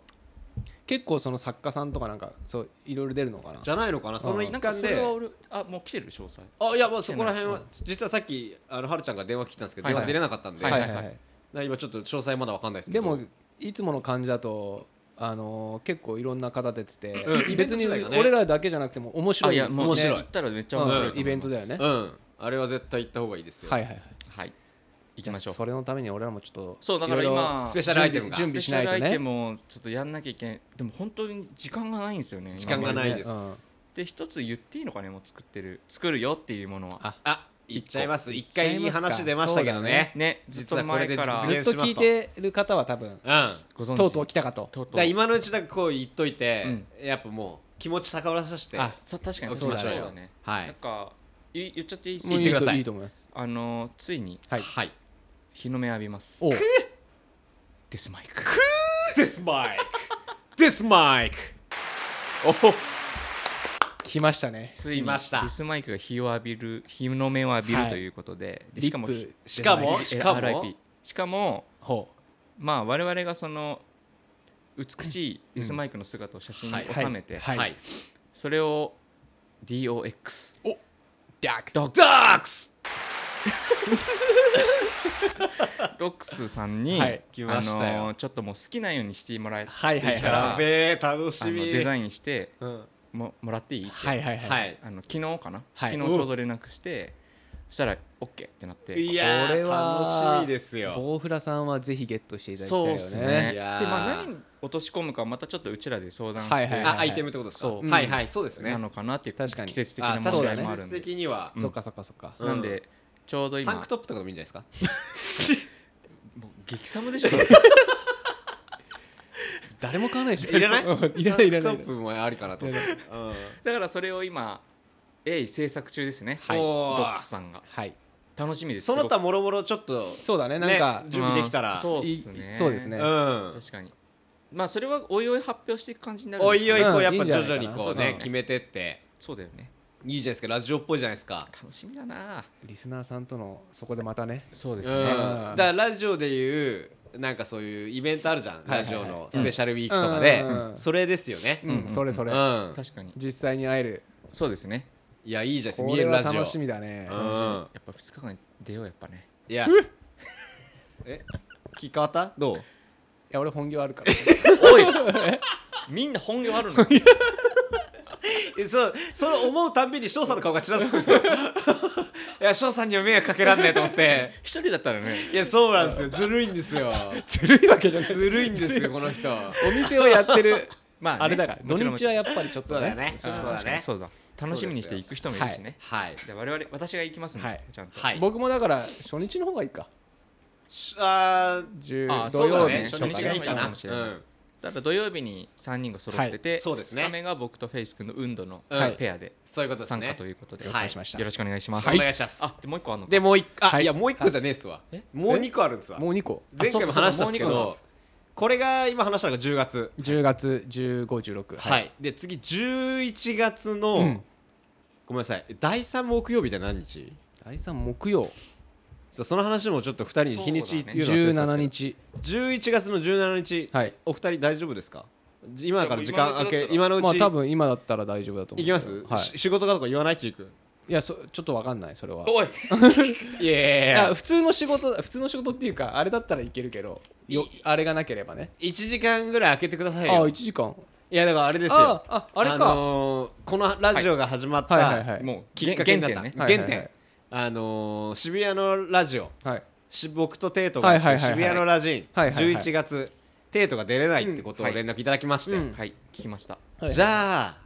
Speaker 1: 結構その作家さんとかなんかそういろいろ出るのかな
Speaker 2: じゃないのかなその一
Speaker 3: なんか
Speaker 2: 環
Speaker 3: それは
Speaker 2: で
Speaker 3: 俺あもう来てる詳細。
Speaker 2: あいやまあそこら辺は実はさっきあのはるちゃんが電話切ったんですけど、
Speaker 3: はい
Speaker 1: はい
Speaker 2: 電話出れなかったんで、
Speaker 1: はいはい
Speaker 2: だか
Speaker 1: はい、
Speaker 2: ら今ちょっと詳細まだわかんないですけ
Speaker 1: で
Speaker 2: ど
Speaker 1: もいつもの感じだとあのー結構いろんな方出てて、
Speaker 2: うんイベント
Speaker 1: 別に
Speaker 2: 自体がね
Speaker 1: 俺らだけじゃなくても面白
Speaker 3: あ
Speaker 1: い
Speaker 3: いやもう
Speaker 2: 面
Speaker 3: ね
Speaker 2: 白い
Speaker 3: 行ったらめっちゃ面白い
Speaker 1: う
Speaker 3: と思います。
Speaker 1: んイベントだよね、
Speaker 2: うんあれは絶対行った方がいいですよ、
Speaker 1: はいはいはい
Speaker 3: はい。行きましょう
Speaker 1: そ。れのために俺らもちょっと
Speaker 3: そうだから
Speaker 1: いろいろ
Speaker 3: 今
Speaker 2: スペシャルアイテムが
Speaker 1: 準備しないと
Speaker 3: スペシャルアイテ
Speaker 1: ね
Speaker 3: ムをちょっとやんなきゃいけないでも本当に時間がないんですよね
Speaker 2: 時間がない
Speaker 3: 今ま
Speaker 2: です、
Speaker 1: うん
Speaker 3: でで一つ言っていいのかねもう作ってる作るよっていうものは
Speaker 1: あ
Speaker 2: あ言っちゃいます一
Speaker 1: 個
Speaker 2: 回に話出ましたけどね
Speaker 3: ねずっ
Speaker 2: 実
Speaker 3: と
Speaker 2: はこれ
Speaker 3: 前
Speaker 2: で
Speaker 3: から
Speaker 2: 実
Speaker 1: ずっと聞いてる方は多分
Speaker 2: うんだ
Speaker 3: ご存知
Speaker 1: とうとう来たかと
Speaker 3: とうとう
Speaker 2: から今のうちだけこう言っといて、
Speaker 3: うん
Speaker 2: やっぱもう気持ち高ぶらさせて
Speaker 3: あそう確かにそうだね
Speaker 1: そうだね
Speaker 3: そうだね
Speaker 2: は
Speaker 3: なん
Speaker 2: い
Speaker 3: かい言っちゃっていいです
Speaker 1: もうい
Speaker 2: 言っ
Speaker 1: い
Speaker 2: て
Speaker 1: と
Speaker 2: ください
Speaker 1: いいと思います
Speaker 3: あのついに
Speaker 1: はい
Speaker 2: はい
Speaker 3: 日の目浴びます
Speaker 1: おう
Speaker 3: デスマイク
Speaker 2: This mic This mic
Speaker 1: 来ましたね
Speaker 3: つい
Speaker 2: 来
Speaker 3: にデ
Speaker 2: ました
Speaker 3: スマイクが日を浴びる日の目を浴びる
Speaker 1: はい
Speaker 3: ということで
Speaker 1: リ
Speaker 3: でしか
Speaker 1: ッ
Speaker 3: も
Speaker 1: プ
Speaker 2: しかも
Speaker 1: デザイ
Speaker 2: しかも
Speaker 3: RIP しかも
Speaker 1: ンほ
Speaker 3: まあ我々がその美しいデスマイクの姿を写真に
Speaker 1: う
Speaker 3: 収めて、
Speaker 1: はい、
Speaker 2: はい
Speaker 3: それを DOX
Speaker 1: ダックス
Speaker 2: ダークス
Speaker 3: ドックスさんに、
Speaker 1: はい
Speaker 2: 来ましたよ
Speaker 3: あのーちょっともう好きなようにしてもらえて、
Speaker 1: はいはいはい
Speaker 2: やべえ楽し
Speaker 3: あの
Speaker 2: み
Speaker 3: デザインして
Speaker 2: うん
Speaker 3: ももらっていいって、
Speaker 1: はいはい
Speaker 2: は
Speaker 1: はい
Speaker 2: い
Speaker 3: あの昨日かな、
Speaker 1: はい
Speaker 3: 昨日ちょうど連絡してそしたら OK ってなって
Speaker 2: いや
Speaker 1: これ
Speaker 2: ー
Speaker 1: は
Speaker 2: 楽しみですよ
Speaker 1: ボウフラさんはぜひゲットしていただきたい
Speaker 3: そう
Speaker 1: よ
Speaker 3: で
Speaker 1: ね
Speaker 3: すね
Speaker 2: い
Speaker 3: で
Speaker 2: やー
Speaker 3: まあ何に落とし込むかはまたちょっとうちらで相談して、
Speaker 1: はいはい
Speaker 2: あアイテムってことですか
Speaker 3: そう
Speaker 2: はいはいそうですね
Speaker 3: なのかなっていう
Speaker 1: 確かに
Speaker 3: 季節的な
Speaker 2: あ
Speaker 3: 問
Speaker 2: 確か
Speaker 3: 題
Speaker 2: に
Speaker 3: もあ
Speaker 2: 季
Speaker 3: るん
Speaker 2: 節
Speaker 3: で、
Speaker 2: 的には
Speaker 1: そっかそっかそっか
Speaker 2: うん
Speaker 3: なんでちょうど
Speaker 2: タ
Speaker 3: 今
Speaker 2: ンクトップとかでもいいんじゃないですか
Speaker 3: もう激寒でしょ
Speaker 1: 誰も買わないでしょ
Speaker 2: いらない
Speaker 1: うんいらないいらな
Speaker 2: タ
Speaker 1: い
Speaker 2: ンクトップもありかなと思ってうん
Speaker 3: だからそれを今鋭意制作中ですね、
Speaker 2: はい
Speaker 3: ドックスさんが
Speaker 1: はい
Speaker 3: 楽しみです
Speaker 2: その
Speaker 3: すご
Speaker 2: 他もろもろちょっと
Speaker 1: そうだねなんか
Speaker 2: 準備できたら
Speaker 3: うんそう
Speaker 1: い
Speaker 3: っすね
Speaker 1: そうです
Speaker 2: う
Speaker 1: ね
Speaker 2: ん
Speaker 3: 確かにまあそれはおいおい発表していく感じになるん
Speaker 2: お
Speaker 3: です
Speaker 2: い
Speaker 3: か
Speaker 2: お
Speaker 3: ね
Speaker 2: いこ
Speaker 1: うん
Speaker 2: うやっぱ
Speaker 1: いいんじ
Speaker 2: 徐
Speaker 1: ゃないかな
Speaker 2: 々にこう
Speaker 3: そうだね
Speaker 2: ね決めてって
Speaker 3: そうだよね
Speaker 2: いいじゃないですかラジオっぽいじゃないですか
Speaker 3: 楽しみだな
Speaker 1: リスナーさんとのそこでまたね
Speaker 3: そうで
Speaker 2: う
Speaker 3: す
Speaker 2: ん
Speaker 3: ね、
Speaker 2: だ
Speaker 1: ん
Speaker 2: からラジオでいうなんかそういうイベントあるじゃん
Speaker 1: はいはいは
Speaker 2: ラ
Speaker 1: い
Speaker 2: ジオのスペシャルウィークとかで
Speaker 1: うん
Speaker 2: それですよね
Speaker 1: う
Speaker 3: うん
Speaker 1: んそれそうれ
Speaker 2: ん
Speaker 3: 確かに
Speaker 1: 実際に会える
Speaker 3: そうですね
Speaker 2: いやいいじゃないですか
Speaker 1: こ
Speaker 2: 見え
Speaker 1: れ
Speaker 2: る
Speaker 1: は
Speaker 2: ラジ
Speaker 1: 楽し
Speaker 2: オ
Speaker 1: みだね
Speaker 2: うん
Speaker 3: やっぱ2日間出ようやっぱね
Speaker 2: いやえ気変わったどう
Speaker 1: や俺本業あるから
Speaker 3: おいみんな本業あるの
Speaker 2: えそうそれ思うたんびに翔さんの顔がちらつくんで すよいや翔さんには迷惑かけらんねえと思って
Speaker 3: 一人だったらね
Speaker 2: いやそうなんですよずるいんですよ
Speaker 1: ずるいわけじゃない
Speaker 2: ずるいんですよこの人
Speaker 1: お店をやって る
Speaker 3: まあね
Speaker 1: あれだから土
Speaker 3: もちろんも
Speaker 1: 日
Speaker 3: ちろ
Speaker 1: は
Speaker 3: ん
Speaker 1: やっぱりちょっ
Speaker 2: そ
Speaker 1: と
Speaker 2: うだ
Speaker 1: ね
Speaker 2: ねそうだ
Speaker 3: 確か
Speaker 2: ね
Speaker 3: にそうだ楽しみにして行く人もいるしね
Speaker 2: はい
Speaker 3: で我々私が行きますんで、
Speaker 1: はい
Speaker 3: ちゃんと、
Speaker 2: はい
Speaker 1: 僕もだから初日の方がいいか
Speaker 2: しあー
Speaker 1: 10
Speaker 3: あ
Speaker 1: 土
Speaker 2: そ
Speaker 1: 曜
Speaker 2: うだね
Speaker 1: 日と
Speaker 2: 初
Speaker 1: か
Speaker 2: 日がいい
Speaker 1: ね
Speaker 2: かな
Speaker 3: かもしれないだから土曜日に3人が揃ってて、
Speaker 2: はいそうですね
Speaker 3: 2日目が僕とフェイス君の運動の
Speaker 2: はい
Speaker 3: ペアで
Speaker 2: そういうことです
Speaker 3: 参加
Speaker 2: ね
Speaker 3: ということで、
Speaker 1: 了
Speaker 2: はい
Speaker 1: 解しました
Speaker 3: よろしくお願いします、
Speaker 2: はいお願いします
Speaker 3: あでもう一個あるのか
Speaker 2: でもう一あ、
Speaker 1: はい
Speaker 2: い、やもう一個じゃねえっすわ
Speaker 3: え
Speaker 2: もう二個あるんですわ
Speaker 1: もう2個
Speaker 2: 前回も話したんですけ
Speaker 3: あそうかそうかもう
Speaker 2: どこれが今話したのが10月
Speaker 1: 10月1516
Speaker 2: はい、で次11月の、
Speaker 1: ん
Speaker 2: ごめんなさい第3木曜日って何日
Speaker 1: 第3木曜
Speaker 2: さその話もちょっと2人に日にち
Speaker 3: そうだね
Speaker 2: 言うの忘れてた
Speaker 1: 17
Speaker 2: んです
Speaker 1: 日
Speaker 2: けど11月の17日、
Speaker 1: はい
Speaker 2: お二人大丈夫ですかじ今だから時間明
Speaker 3: い
Speaker 2: け
Speaker 3: や
Speaker 2: 今
Speaker 3: 今
Speaker 2: のうち、
Speaker 1: まあ多分今だったら大丈夫だと思う
Speaker 2: いきます、
Speaker 1: はい
Speaker 2: し仕事がとか言わないちいく
Speaker 1: いやそちょっとわかんないそれは
Speaker 3: おい
Speaker 2: いやいやい
Speaker 1: いや
Speaker 2: や
Speaker 1: 普通の仕事だ普通の仕事っていうかあれだったらいけるけどよあれがなければね
Speaker 2: 1時間ぐらい開けてくださ
Speaker 1: あ
Speaker 2: いよ
Speaker 1: 1時間
Speaker 2: いやだからあれですよ
Speaker 1: あああれ
Speaker 2: あ
Speaker 1: か
Speaker 2: のーこのラジオが始まった、
Speaker 1: はいはいはい
Speaker 3: もう
Speaker 2: きっかけになった
Speaker 3: 原点ね
Speaker 1: はいは
Speaker 2: 原
Speaker 1: いは
Speaker 2: 点
Speaker 1: い
Speaker 2: あのー渋谷のラジオ
Speaker 1: はい
Speaker 2: し僕とテイトがあって
Speaker 1: はいはいはいはい
Speaker 2: 渋谷のラジン
Speaker 1: はいはいはい
Speaker 2: 11月テイトが出れないってことを連絡いただきまして、
Speaker 1: うんはい
Speaker 3: はい聞きました
Speaker 1: はい
Speaker 2: じゃあ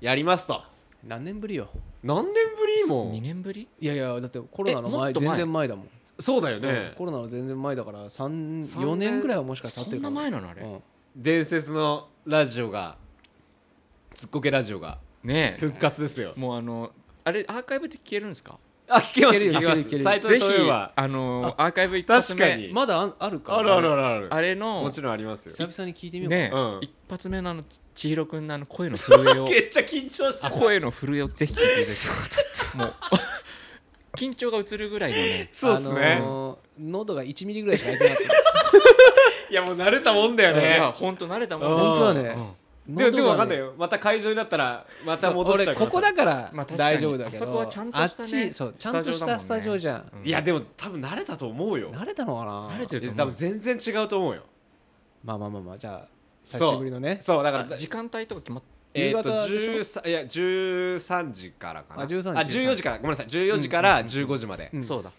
Speaker 2: やりますと
Speaker 1: 何年ぶりよ
Speaker 2: 何年ぶりも
Speaker 3: 2年ぶり
Speaker 1: いやいやだってコロナの
Speaker 3: えも
Speaker 1: 前
Speaker 3: っと
Speaker 1: 全
Speaker 3: 前
Speaker 1: 然前だもん、
Speaker 2: そうだよね
Speaker 1: コロナの全然前だから
Speaker 2: 三
Speaker 1: 34年ぐらいはもしかしたら経ってるかも
Speaker 3: そんな前なのあれ
Speaker 1: うん
Speaker 2: 伝説のラジオがずっこけラジオが
Speaker 3: ねえ
Speaker 2: 復活ですよ
Speaker 3: もうあのあれアーカイブって消えるんですか
Speaker 2: あ聞けます
Speaker 1: いけるよ
Speaker 2: 聞けま
Speaker 1: いける
Speaker 2: す
Speaker 1: いける
Speaker 2: サイトで
Speaker 3: ぜひ
Speaker 2: 問えば
Speaker 3: あのアーカイブ一発
Speaker 2: 確
Speaker 3: 目
Speaker 2: かに
Speaker 1: まだあんあるか
Speaker 2: あるあるあるある
Speaker 3: あれの
Speaker 2: もちろんありますよ
Speaker 1: 久々に聞いてみようかな、
Speaker 3: ねえ、
Speaker 2: うん
Speaker 3: 一発目のあのち千尋くんのあの声の震えを
Speaker 2: めっちゃ緊張して
Speaker 3: 声の震えをぜひ聞いてくださいもう緊張が移るぐらいのね
Speaker 2: そうっすね、
Speaker 1: あのー喉が1ミリぐらいしか開いてなかっ
Speaker 2: いやもう慣れたもんだよ
Speaker 3: い
Speaker 2: ね
Speaker 3: や本当慣れたもん
Speaker 1: た
Speaker 2: うん
Speaker 1: 本当だね、
Speaker 3: うん
Speaker 2: でもでも
Speaker 1: わ
Speaker 2: 分かんないよまた会場になったらまた戻っちゃう
Speaker 1: 俺
Speaker 2: から
Speaker 1: ここだから
Speaker 3: まあ確かに
Speaker 1: 大丈夫だけど、
Speaker 3: あそこはちゃんとしたね
Speaker 1: あっちそうちゃんとしたス
Speaker 3: ス
Speaker 1: タ
Speaker 3: タ
Speaker 1: ジ
Speaker 3: ジ
Speaker 1: オ
Speaker 3: オ
Speaker 1: じゃ
Speaker 3: だ
Speaker 1: ん、
Speaker 3: もんね
Speaker 2: いやでも多分慣れたと思うよ
Speaker 1: 慣れたのかな
Speaker 3: 慣れてる
Speaker 2: い
Speaker 3: と
Speaker 2: や
Speaker 3: 思う
Speaker 2: 多分全然違うと思うよ
Speaker 1: まあまあまあまあじゃあ
Speaker 2: そう
Speaker 1: 久しぶりのね
Speaker 2: そうだか
Speaker 3: あ
Speaker 2: ら
Speaker 3: 時間帯とか決まっ
Speaker 2: えー、
Speaker 1: 夕方
Speaker 2: と
Speaker 1: で
Speaker 2: 13いや13時からかな
Speaker 1: あ13時
Speaker 2: あ14時からごめんなさい14時から15時まで、
Speaker 1: うん
Speaker 3: そうだ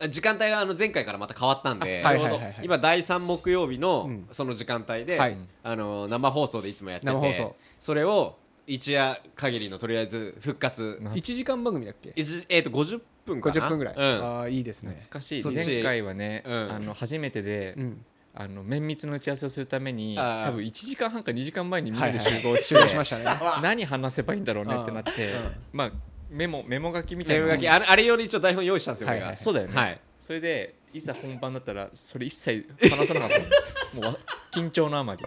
Speaker 2: あ時間帯があの前回からまた変わったんで、
Speaker 1: あはいはいはいはい
Speaker 2: なるほど今第3木曜日の
Speaker 1: うん
Speaker 2: その時間帯で、
Speaker 1: はい
Speaker 2: あの生放送でいつもやって
Speaker 1: 生放
Speaker 2: て
Speaker 1: 送
Speaker 2: それを一夜限りのとりあえず復活、
Speaker 3: な
Speaker 1: 1時間番組だっけ
Speaker 2: 一えー、と50分かな
Speaker 1: 50分ぐらい、
Speaker 2: うん、
Speaker 1: ああいいですね
Speaker 3: 懐かしい
Speaker 2: そっち
Speaker 3: 前回はね、
Speaker 2: うん
Speaker 3: あの初めてで、
Speaker 1: うん
Speaker 3: あの綿密な打ち合わせをするために
Speaker 2: あー
Speaker 3: 多分1時間半か2時間前にみん
Speaker 1: は
Speaker 3: ない
Speaker 1: は
Speaker 3: で
Speaker 1: い
Speaker 3: 集合して、
Speaker 1: 終了しましたね
Speaker 3: 何話せばいいんだろうねってなって、
Speaker 1: うん
Speaker 3: まあメモメモ書きみたい
Speaker 2: メ
Speaker 3: な
Speaker 2: モ書きあれあれ用に一応台本用意したんですよ、
Speaker 1: はい
Speaker 2: 俺
Speaker 1: はい
Speaker 2: が
Speaker 3: そうだよね、
Speaker 2: はい
Speaker 3: それでいざ本番だったらそれ一切話さなかったのもうわ 緊張のあまり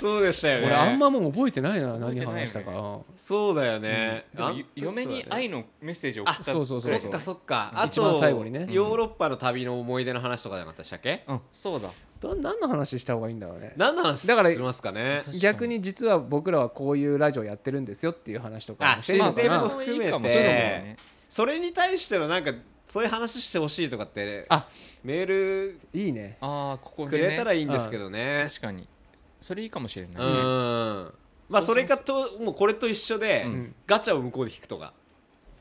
Speaker 2: そうでしたよね
Speaker 1: 俺あんまもう覚えてないな何
Speaker 3: 覚えてないよね
Speaker 1: 話したか、
Speaker 2: そうだよね、
Speaker 3: でも
Speaker 2: あん
Speaker 3: 嫁に愛のメッセージを送った
Speaker 1: あそうそう
Speaker 2: そ
Speaker 1: そう
Speaker 2: っかそっかあと
Speaker 1: 一番最後にね
Speaker 2: ヨーロッパの旅の思い出の話とかじゃなかったでしたっけ、
Speaker 3: うんそうだ
Speaker 1: ど何の話した方がいいんだろうね
Speaker 2: 何の話
Speaker 1: だから
Speaker 2: しますかね
Speaker 3: かに
Speaker 1: 逆に実は僕らはこういうラジオやってるんですよっていう話とか
Speaker 2: あ
Speaker 1: していいのか
Speaker 2: 宣伝も
Speaker 1: な
Speaker 2: 含めて
Speaker 3: いいかもしれないね
Speaker 2: それに対してのなんかそういう話してほしいとかって
Speaker 1: あ
Speaker 2: メール
Speaker 1: いいね
Speaker 3: ああここ
Speaker 2: く
Speaker 3: で、ね、
Speaker 2: れたらいいんですけどね
Speaker 3: 確かにそれいいかもしれな
Speaker 2: う
Speaker 3: い、
Speaker 2: んまあそれかともうこれと一緒で、
Speaker 1: ん
Speaker 2: ガチャを向こうで引くとか、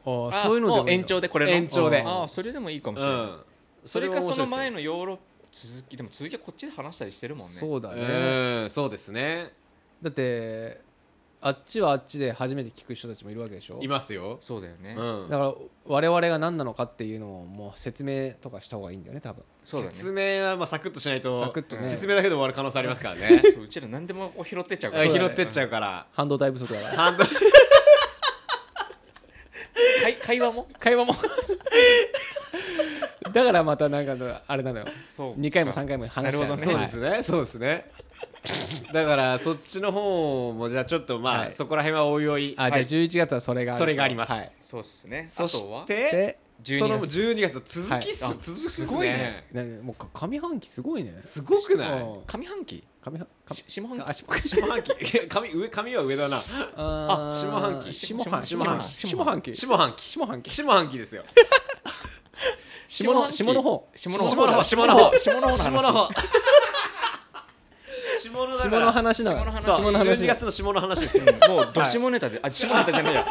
Speaker 1: あー
Speaker 3: あ
Speaker 1: そういうのでもいいの
Speaker 3: 延長でこれの
Speaker 2: 延長で
Speaker 3: ああそれでもいいか
Speaker 2: う
Speaker 3: もしれない、
Speaker 2: ん、
Speaker 3: それかその前
Speaker 2: の
Speaker 3: のヨーロッパ続きでも続きはこっちで話したりしてるもんね
Speaker 1: そうだね、
Speaker 2: うんそうですね
Speaker 1: だってあっちはあっちで初めて聞く人たちもいるわけでしょ
Speaker 2: いますよ、
Speaker 3: そうだよね、
Speaker 2: うん
Speaker 1: だから我々が何なのかっていうのをもう説明とかした方がいいんだよね多分
Speaker 3: そうだね
Speaker 2: 説明はまあサクッとしないと
Speaker 1: サクッとね
Speaker 2: 説明だけで終わる可能性ありますからね
Speaker 3: そううちら何でもこう拾ってっちゃうか
Speaker 2: あ
Speaker 3: ら、
Speaker 1: そうだ
Speaker 2: 拾
Speaker 1: ね
Speaker 2: ってっちゃうから
Speaker 1: 半導体不足だから
Speaker 2: ハンド
Speaker 3: 会 会話も
Speaker 1: 会話も だからまたなんかのあれなのよ
Speaker 3: そう
Speaker 1: 2回も3回も話しちゃうの
Speaker 3: なる
Speaker 2: そう
Speaker 3: ほど
Speaker 1: は
Speaker 2: で
Speaker 1: い
Speaker 2: すね、そうですね。だからそっちの方もじゃあちょっとまあ、
Speaker 1: はい
Speaker 2: そこら辺はおいおい
Speaker 1: あじゃあ11月はそれがある
Speaker 2: それがあります。
Speaker 1: はい
Speaker 3: そうっすね
Speaker 2: そし
Speaker 3: あとは
Speaker 2: て
Speaker 1: で
Speaker 3: 12
Speaker 2: その
Speaker 3: 月
Speaker 2: 12月の続きっす、
Speaker 3: はいあ
Speaker 2: 続くっ
Speaker 3: すごいね。
Speaker 1: なもうか上半期すごいね
Speaker 2: すごくない
Speaker 1: うん
Speaker 3: 上半期
Speaker 1: 上半
Speaker 3: し下半期
Speaker 1: あ下半期
Speaker 2: 下半期髪上髪は上だな。
Speaker 1: あー
Speaker 2: 下半期
Speaker 1: 下半期
Speaker 2: 下半
Speaker 1: 下半期
Speaker 3: 期
Speaker 2: 下半期
Speaker 1: 下半期
Speaker 2: 下半期ですよ。
Speaker 1: 下の下の方
Speaker 3: 下の
Speaker 2: 下
Speaker 3: 方
Speaker 2: の方下の方
Speaker 3: 下の方の
Speaker 2: 下の方下の
Speaker 3: 話
Speaker 2: だ
Speaker 1: 下
Speaker 2: から
Speaker 1: の話だか
Speaker 3: 下の
Speaker 1: ら
Speaker 3: 話
Speaker 2: そう
Speaker 1: 下の話
Speaker 2: 12月の下の話ですよ
Speaker 3: もうどしもネタで、あ、下ネタじゃねえや。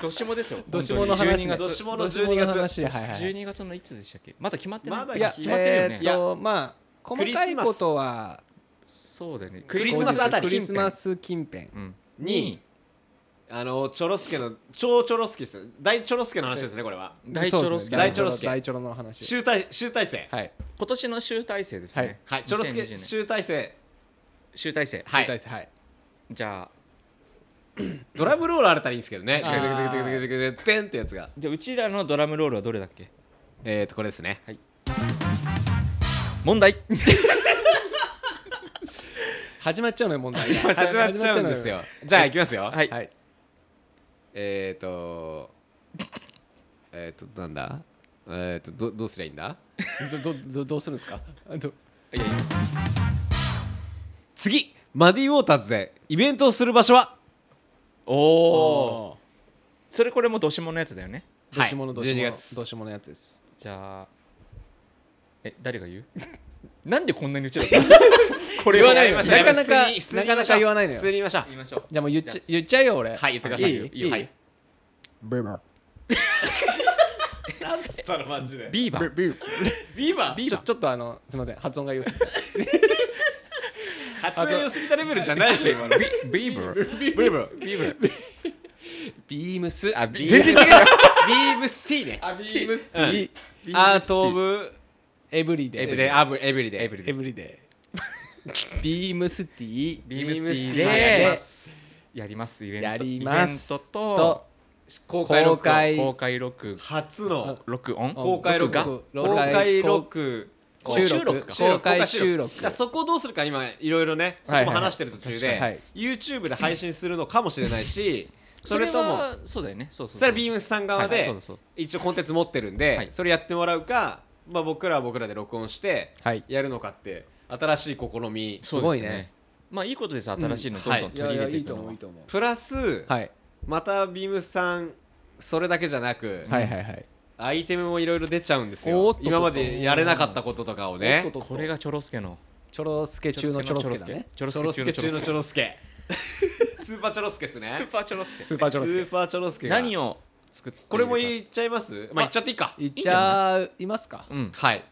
Speaker 3: どしもですよ。
Speaker 1: どしもの話
Speaker 3: 12
Speaker 2: ど
Speaker 3: 月
Speaker 2: し。もの
Speaker 1: どしも
Speaker 2: 12
Speaker 1: の
Speaker 2: 月
Speaker 1: 話はいはい
Speaker 3: 12月のいつでしたっけ？まだ決まってない。
Speaker 2: まだ
Speaker 1: いや
Speaker 3: 決まってるよね。
Speaker 1: えーっとまあ細かいことは
Speaker 3: そうだよね。
Speaker 2: クリスマスあたり
Speaker 1: クリスマ。ス近辺
Speaker 3: うん。
Speaker 2: にあのチョロスケの超チョロスケですよ大チョロスケの話ですねこれは
Speaker 3: 大チョロス
Speaker 1: そうです
Speaker 3: ケ
Speaker 1: ね大チョロ
Speaker 2: 大チョロス
Speaker 1: スケ
Speaker 2: ケ
Speaker 1: 大チョロの話
Speaker 2: 集大集大成
Speaker 1: はい
Speaker 3: 今年の集大成です
Speaker 1: は
Speaker 3: ね
Speaker 1: い。
Speaker 2: はいチョロス
Speaker 3: 2020
Speaker 2: ケ
Speaker 3: 年
Speaker 2: 集大成
Speaker 3: 集大成。
Speaker 2: は
Speaker 1: 集大
Speaker 2: い
Speaker 1: 成はい
Speaker 3: じゃあ。
Speaker 2: ドラムロールあれたらいいんですけどね
Speaker 1: 確かに
Speaker 2: テクテクテクテクテクテンってやつが
Speaker 3: じゃあうちらのドラムロールはどれだっけ
Speaker 2: えーとこれですね
Speaker 3: 問題
Speaker 1: 始まっちゃうのよ問題が
Speaker 2: 始まっちゃうんですよじゃあいきますよ
Speaker 3: はい
Speaker 1: はい
Speaker 2: えーとえーとなんだえーとどどうすりゃいいんだ
Speaker 1: どどどどうするんですかど
Speaker 3: いやいや
Speaker 2: 次マディ・ウォーターズでイベントをする場所は
Speaker 3: おお
Speaker 1: お
Speaker 3: それこれもどしものやつだよね
Speaker 1: どしもの
Speaker 2: は
Speaker 1: ど
Speaker 2: い
Speaker 1: しも
Speaker 2: 12
Speaker 1: の
Speaker 2: 月
Speaker 1: どしものやつです
Speaker 3: じゃあえ誰が言う なんでこんなにうちら これを
Speaker 1: 言わないの
Speaker 3: やりましょう
Speaker 1: なかなか
Speaker 2: 普通に
Speaker 1: なかなか言わないのよ
Speaker 2: 普通に言いましょう
Speaker 3: 言いましょう
Speaker 1: じゃあもう言っちゃ
Speaker 3: じゃ
Speaker 1: 言っちゃうよ俺
Speaker 2: はい言ってください
Speaker 1: い
Speaker 3: いいよはい
Speaker 1: ブーバ
Speaker 2: なんつったのマジで
Speaker 3: あビーバ
Speaker 1: ー
Speaker 3: ー
Speaker 1: ビー
Speaker 2: ビーバー
Speaker 1: ちょちょっとあのすみません発音が良すぎて
Speaker 2: 発音良すぎたレベルじゃないでしょ今のビ
Speaker 3: ビーバー
Speaker 2: ーバー
Speaker 3: ビーバー
Speaker 1: ビームスあビ
Speaker 2: 全
Speaker 1: ー
Speaker 2: 然違うビームスティーね
Speaker 1: あビームス
Speaker 2: うん
Speaker 1: ビビー
Speaker 2: ア
Speaker 1: ムス
Speaker 2: ート・オブ・
Speaker 1: エブリデイ
Speaker 2: でアブエブリデイ
Speaker 3: エブリデ
Speaker 1: エブリデイビームスティ
Speaker 3: ビーム
Speaker 2: ビー
Speaker 3: スティー
Speaker 2: ムスティーで
Speaker 3: でやりますイベント
Speaker 1: やります
Speaker 3: イベントと
Speaker 2: 公
Speaker 1: 開録音
Speaker 3: 公開録
Speaker 2: 初の
Speaker 3: 録音
Speaker 2: 公開録
Speaker 1: 録画
Speaker 2: 公開録
Speaker 3: 公開
Speaker 1: 収録
Speaker 3: 公開収録か
Speaker 1: 公開収録
Speaker 2: だからそこをどうするか今いろいろねそこも話してる途中
Speaker 1: はいはいは
Speaker 2: で
Speaker 1: い
Speaker 2: YouTube で配信するのかもしれないしそ
Speaker 3: そ
Speaker 2: れ
Speaker 3: れ
Speaker 2: と
Speaker 3: と
Speaker 2: も
Speaker 3: もそうだよねそうそう
Speaker 2: それはビームスさん側
Speaker 3: はい
Speaker 2: で
Speaker 3: そうだそうだ
Speaker 2: 一応コンテンツ持ってるん
Speaker 3: は
Speaker 2: で
Speaker 3: い
Speaker 2: それやってもらうかまあ僕らは僕らで録音して
Speaker 1: はい
Speaker 2: やるのかって新しい試み
Speaker 1: すごいね
Speaker 3: まあいいことです新しいのどんどん
Speaker 1: い
Speaker 3: 取り
Speaker 1: やい
Speaker 3: 入
Speaker 1: や
Speaker 3: れて
Speaker 1: い
Speaker 3: い
Speaker 1: い
Speaker 3: く
Speaker 1: と
Speaker 3: の
Speaker 1: 思
Speaker 3: は
Speaker 1: ういいと思う
Speaker 2: プラス
Speaker 1: はい
Speaker 2: またビームスさんそれだけじゃなく
Speaker 1: はいはいはい
Speaker 2: アイテムもいろいろ出ちゃうんです
Speaker 1: おー
Speaker 2: よ
Speaker 1: っとっと
Speaker 2: 今までやれなかったこととかを
Speaker 1: おっ
Speaker 2: ね
Speaker 1: とっとっと
Speaker 3: これがチョロスケの
Speaker 1: チョロスケ中のチョロスケだね
Speaker 3: チョロ
Speaker 2: チョロ
Speaker 3: ス
Speaker 2: スケ
Speaker 3: ケ中のチ
Speaker 2: 中
Speaker 3: ョ
Speaker 2: の
Speaker 3: ロスケ
Speaker 2: チョロスケ スーパーチョロスケですね
Speaker 3: パーチョロスケ
Speaker 1: スーパーチョロス
Speaker 2: スーパーチョロスケが
Speaker 3: 何を作っているか
Speaker 2: これも言っちゃいますまあ言っちゃっていいか
Speaker 1: ケいっちゃいますか
Speaker 3: うん
Speaker 2: はい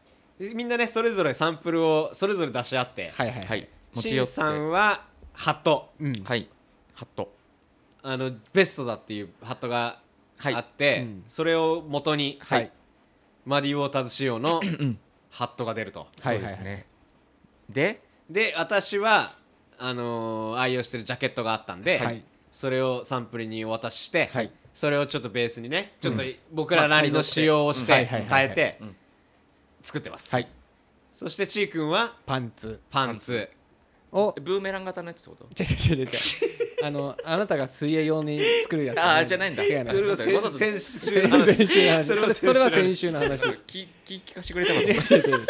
Speaker 2: みんなねそれぞれサンプルをそれぞれ出し合って
Speaker 1: はいはい
Speaker 3: は
Speaker 1: はいい
Speaker 3: 持ち
Speaker 2: シ
Speaker 3: 寄
Speaker 2: ン
Speaker 3: って
Speaker 2: さんはハット
Speaker 1: うん
Speaker 3: はいハット
Speaker 2: あのベストだっていうハットが
Speaker 3: はい
Speaker 2: あっ
Speaker 1: う
Speaker 2: て、
Speaker 1: ん
Speaker 2: それを元に、
Speaker 1: はい
Speaker 2: マディ・ウォーターズ仕様のハットが出ると
Speaker 1: はい
Speaker 3: そう
Speaker 1: は
Speaker 3: で
Speaker 1: い
Speaker 3: す
Speaker 1: はい
Speaker 3: ねで
Speaker 2: で私はあのー愛用してるジャケットがあったんで、
Speaker 1: はい
Speaker 2: それをサンプルにお渡しして、
Speaker 1: はい
Speaker 2: それをちょっとベースにねちょっと
Speaker 3: う
Speaker 2: 僕らなりの仕様をして
Speaker 1: まあ
Speaker 2: 変
Speaker 1: 改造してはいはいはい
Speaker 2: え
Speaker 1: はい
Speaker 2: て
Speaker 3: うん
Speaker 2: 作ってます、
Speaker 1: はい
Speaker 2: そしてちーくんは
Speaker 1: パンツ
Speaker 2: パンツ
Speaker 1: を
Speaker 3: ブーメラン型のやつってこと
Speaker 1: 違う違う違う違うあのあなたが水泳用に作るやつ
Speaker 3: あーじゃないんだ
Speaker 1: 違う
Speaker 2: そ
Speaker 1: な
Speaker 3: そ
Speaker 2: れ
Speaker 3: れ
Speaker 2: は
Speaker 3: は
Speaker 2: 先
Speaker 3: 先
Speaker 2: 先
Speaker 3: 先
Speaker 2: 週の
Speaker 1: 先週の話
Speaker 2: そ
Speaker 1: そ
Speaker 2: れ
Speaker 1: れ
Speaker 2: は先週の話
Speaker 1: それは先週の話違う
Speaker 3: 聞聞聞かせてくれたこと
Speaker 1: 違う違う違う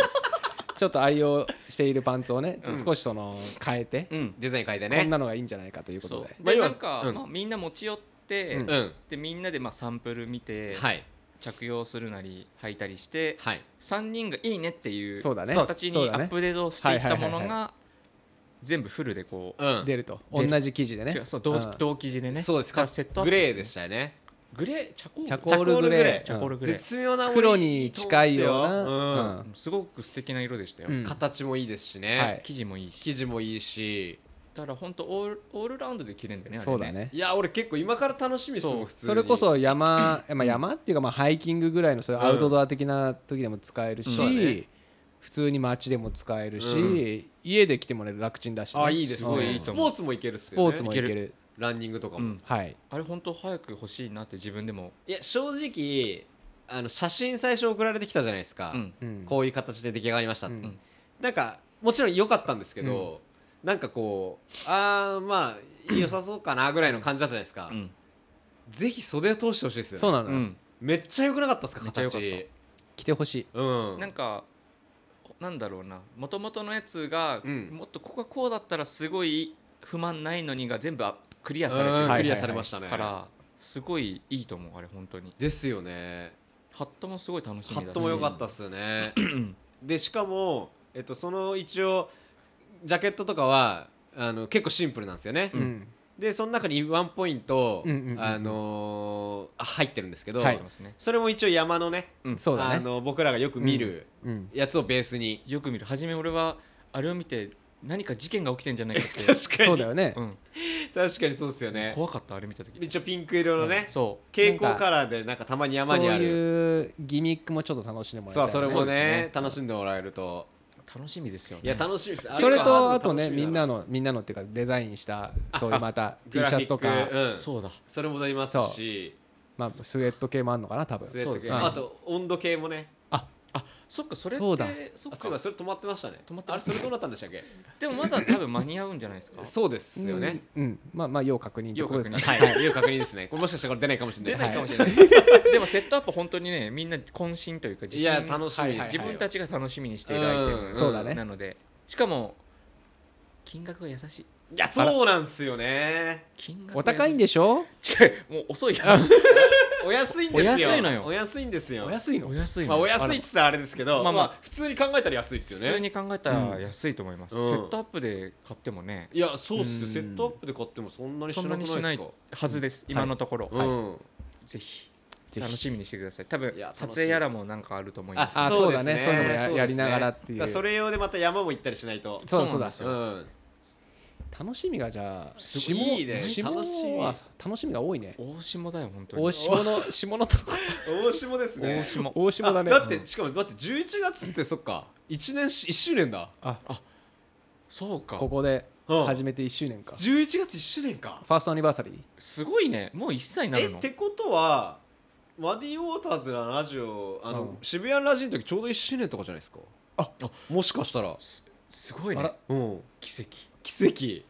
Speaker 1: ちょっと愛用しているパンツをね、ちょっと少しその変え て、
Speaker 3: うん
Speaker 2: デザイン変えて
Speaker 1: こん
Speaker 2: ね
Speaker 1: なのがいいんじゃないかということで
Speaker 2: まあ
Speaker 3: で
Speaker 2: 要は
Speaker 3: なんか、
Speaker 2: うん
Speaker 3: まあ、みんな持ち寄って、
Speaker 1: うん
Speaker 2: うん
Speaker 3: でみんなでまあサンプル見て、
Speaker 2: はい
Speaker 3: 着用するなり履いたりして、
Speaker 2: はい
Speaker 3: 三3人がいいねっていう
Speaker 1: そうだね
Speaker 3: 形
Speaker 1: そう
Speaker 3: に
Speaker 1: だ
Speaker 3: ア
Speaker 1: ね
Speaker 3: ップデートしていったも
Speaker 1: は
Speaker 3: の
Speaker 1: いはいはい
Speaker 3: が全部フルでこう、
Speaker 2: うん
Speaker 1: 出ると、
Speaker 3: 出る
Speaker 1: 同じ記事でね
Speaker 3: 違うそう同,、
Speaker 1: ん
Speaker 3: 同記事でね
Speaker 2: そうです
Speaker 3: か
Speaker 2: から
Speaker 3: セットアッ
Speaker 2: グ
Speaker 3: プ
Speaker 2: レーでしたたよね
Speaker 3: グレーチャコール
Speaker 1: チャコールグレー
Speaker 3: チャコールグレー
Speaker 2: 絶妙な
Speaker 1: 黒に近いような、
Speaker 2: うん
Speaker 1: うん
Speaker 3: すごく素敵な色でしたよ、
Speaker 1: うん
Speaker 2: 形もいいですしね、
Speaker 1: はい
Speaker 3: 生地もいいし
Speaker 2: 生地もいいし
Speaker 3: だから本当オールオールラウンドで着れるんだよねあれ
Speaker 1: そうだね
Speaker 2: いや俺結構今から楽しみですもん
Speaker 3: そう
Speaker 2: 普通に
Speaker 1: それこそ山、まあ、山っていうかまあハイキングぐらいのそういうアウトドア的な時でも使えるし、
Speaker 3: うんそうだね
Speaker 1: 普通に街でも使えるし、
Speaker 2: う
Speaker 1: 家で来てもらえる楽ちんだしね、
Speaker 2: あいいです
Speaker 3: すごい
Speaker 1: うん
Speaker 3: いい
Speaker 2: ス
Speaker 3: と
Speaker 2: ポ
Speaker 3: 思
Speaker 2: ーツもいけるっす
Speaker 1: ス
Speaker 2: よ
Speaker 1: ポ
Speaker 2: ね
Speaker 1: ーツもいける
Speaker 3: いけ
Speaker 2: ランニングとかも、
Speaker 3: うん
Speaker 1: はい
Speaker 3: あれ本当早く欲しいなって自分でも、
Speaker 2: いや正直あの写真最初送られてきたじゃないですか、
Speaker 3: うん
Speaker 1: うん
Speaker 2: こういう形で出来上がりましたって、
Speaker 1: うん
Speaker 2: なんかもちろん良かったんですけど、なんかこうああまあ良さそうかなぐらいの感じだったじゃないですか、
Speaker 3: うん
Speaker 2: ぜひ袖を通してほしいですよ、ね、
Speaker 1: そうな
Speaker 3: う
Speaker 1: のよ、
Speaker 3: ん、
Speaker 2: めっちゃ良くなかったですか
Speaker 3: めっちゃ良か
Speaker 2: 形
Speaker 3: った
Speaker 1: 来てほしい
Speaker 2: うん
Speaker 3: なんかなんだろうなもともとのやつが、
Speaker 2: うん
Speaker 3: もっとここがこうだったらすごい不満ないのにが全部あクリアされ
Speaker 2: うん
Speaker 1: はい
Speaker 2: ク
Speaker 3: て
Speaker 2: リアされましたね、
Speaker 3: るからすごいいいと思うあれ本当に
Speaker 2: ですよね
Speaker 3: ハットもすごい楽しみだ
Speaker 2: ハ
Speaker 3: し
Speaker 2: ットも良かったっすよねでしかも、えっと、その一応ジャケットとかはあの結構シンプルなんですよね、
Speaker 1: うん
Speaker 2: でその中にワンポイント、
Speaker 1: うんうんうんうん
Speaker 2: あのー入ってるんですけど、
Speaker 1: はい
Speaker 3: ますね
Speaker 2: それも一応山のね
Speaker 3: うん
Speaker 1: そうだ
Speaker 2: あ
Speaker 1: ね
Speaker 2: の僕らがよく見る
Speaker 1: うん
Speaker 2: やつをベースに、
Speaker 3: よく見る初め俺はあれを見て何か事件が起きてんじゃないかって
Speaker 2: 確かに
Speaker 1: そうだよね
Speaker 3: うん、
Speaker 2: 確かにそうですよね
Speaker 3: 怖かったあれ見た時
Speaker 2: 一応ピンク色のね、
Speaker 3: そ
Speaker 2: 蛍光カラーでなんかたまに山にあ
Speaker 1: そう
Speaker 2: る
Speaker 1: いうギミックもちょっと楽しんでもらいた
Speaker 2: そ
Speaker 1: いう
Speaker 2: それ
Speaker 3: そ
Speaker 2: も
Speaker 3: うです
Speaker 2: ね
Speaker 3: ね
Speaker 2: 楽しんでもらえると
Speaker 3: う楽しみですよね
Speaker 2: いや楽しみです
Speaker 1: それ
Speaker 2: あは
Speaker 1: とあとね
Speaker 2: 楽し
Speaker 1: み
Speaker 2: だ
Speaker 1: んなのみんなのっていうかデザインしたそういうまた T シ
Speaker 2: グラフ
Speaker 1: ャ
Speaker 2: ィック
Speaker 1: ツとか
Speaker 2: うん、そ
Speaker 3: そうだ
Speaker 2: れも出ますし
Speaker 1: まあスウェット系もあるのかな多分
Speaker 2: スウェット系
Speaker 1: うん
Speaker 2: あと温度計もね
Speaker 1: あ
Speaker 3: あそっかそれって
Speaker 1: そうだ
Speaker 3: そ
Speaker 2: あ
Speaker 3: っ
Speaker 2: そういえば
Speaker 3: か
Speaker 2: それ止まってましたね
Speaker 3: 止まってます
Speaker 2: あれそれどうなったんでしたっ け
Speaker 3: でもまだ多分間に合うんじゃないですか
Speaker 2: そうですよね、
Speaker 1: うんうんまあまあ要確認ってことですか
Speaker 3: 要確認
Speaker 2: はいはい要確認ですねこれもしかしたらこれ出ないかもしれないで
Speaker 3: 出
Speaker 2: す
Speaker 3: ないかもしれないです、 でもセットアップ本当にねみんな渾身というか自
Speaker 2: い
Speaker 3: 信
Speaker 2: や楽しみですよ
Speaker 3: 自分たちが楽しみにしているアイテム、
Speaker 2: うん
Speaker 1: そうだね
Speaker 3: なのでしかも金額が優しい
Speaker 2: いやそうなんすよね
Speaker 3: 金額
Speaker 1: お高いん
Speaker 3: で
Speaker 1: でしょ
Speaker 3: 違うもう遅いから
Speaker 2: お安いんですよ
Speaker 3: お安いのよ
Speaker 2: お安いんですよ
Speaker 1: お安いの
Speaker 3: お安い
Speaker 2: ま
Speaker 3: の
Speaker 2: あお安いっつったらあれですけどまあ
Speaker 3: ま
Speaker 2: ま
Speaker 3: あま
Speaker 2: あ
Speaker 3: あ
Speaker 2: 普通に考えたら安いですよ
Speaker 3: 普通
Speaker 2: ね
Speaker 3: に考えたら安いと思います、
Speaker 2: うん
Speaker 3: セットアップで買ってもね
Speaker 2: いやそうっ
Speaker 1: う
Speaker 2: すよ
Speaker 1: ん
Speaker 2: セットアップで買ってもそんなにし
Speaker 3: そん
Speaker 2: な
Speaker 3: な
Speaker 2: くないで
Speaker 3: にし
Speaker 2: すか
Speaker 3: ないはずです、今のところ、
Speaker 2: う
Speaker 3: は
Speaker 2: ん
Speaker 3: いぜひ
Speaker 1: ぜひ
Speaker 3: 楽しみにしてください多分
Speaker 2: いや楽しみ
Speaker 3: 撮影やらもなんかあると思います
Speaker 1: あそうだねそういうのもや
Speaker 2: です
Speaker 1: やりながらっていう
Speaker 2: だからそれ用でまた山も行ったりしない と
Speaker 1: そうだ
Speaker 3: そ
Speaker 1: そう
Speaker 3: うな
Speaker 1: だ
Speaker 3: んです
Speaker 2: う
Speaker 3: よ
Speaker 2: ん
Speaker 1: 楽しみがじゃあ
Speaker 2: すごいいいね
Speaker 1: 下
Speaker 2: 楽しみ
Speaker 1: は楽しみが多いね
Speaker 3: 大下だよ本当に
Speaker 1: 大下の下のと こ
Speaker 2: 大下ですね
Speaker 3: 大下
Speaker 1: 大下だね
Speaker 2: あだってしかも待って11月ってそっか1年し1周年だ
Speaker 1: あ
Speaker 3: そうか
Speaker 1: ここで
Speaker 2: うん
Speaker 1: 始めて1周年か
Speaker 2: 11月1周年か
Speaker 1: ファーストアニバーサリー
Speaker 3: すごいねもう1歳にな
Speaker 2: え
Speaker 3: る
Speaker 2: っ
Speaker 3: の
Speaker 2: てことはマディ・ウォーターズのラジオあの、
Speaker 1: うん
Speaker 2: 渋谷のラジオの時ちょうど1周年とかじゃないですか
Speaker 1: あ
Speaker 2: もしかしたら
Speaker 3: すすごい
Speaker 1: あ
Speaker 3: ね
Speaker 1: ら
Speaker 2: うん
Speaker 3: 奇跡
Speaker 2: 奇跡
Speaker 1: 奇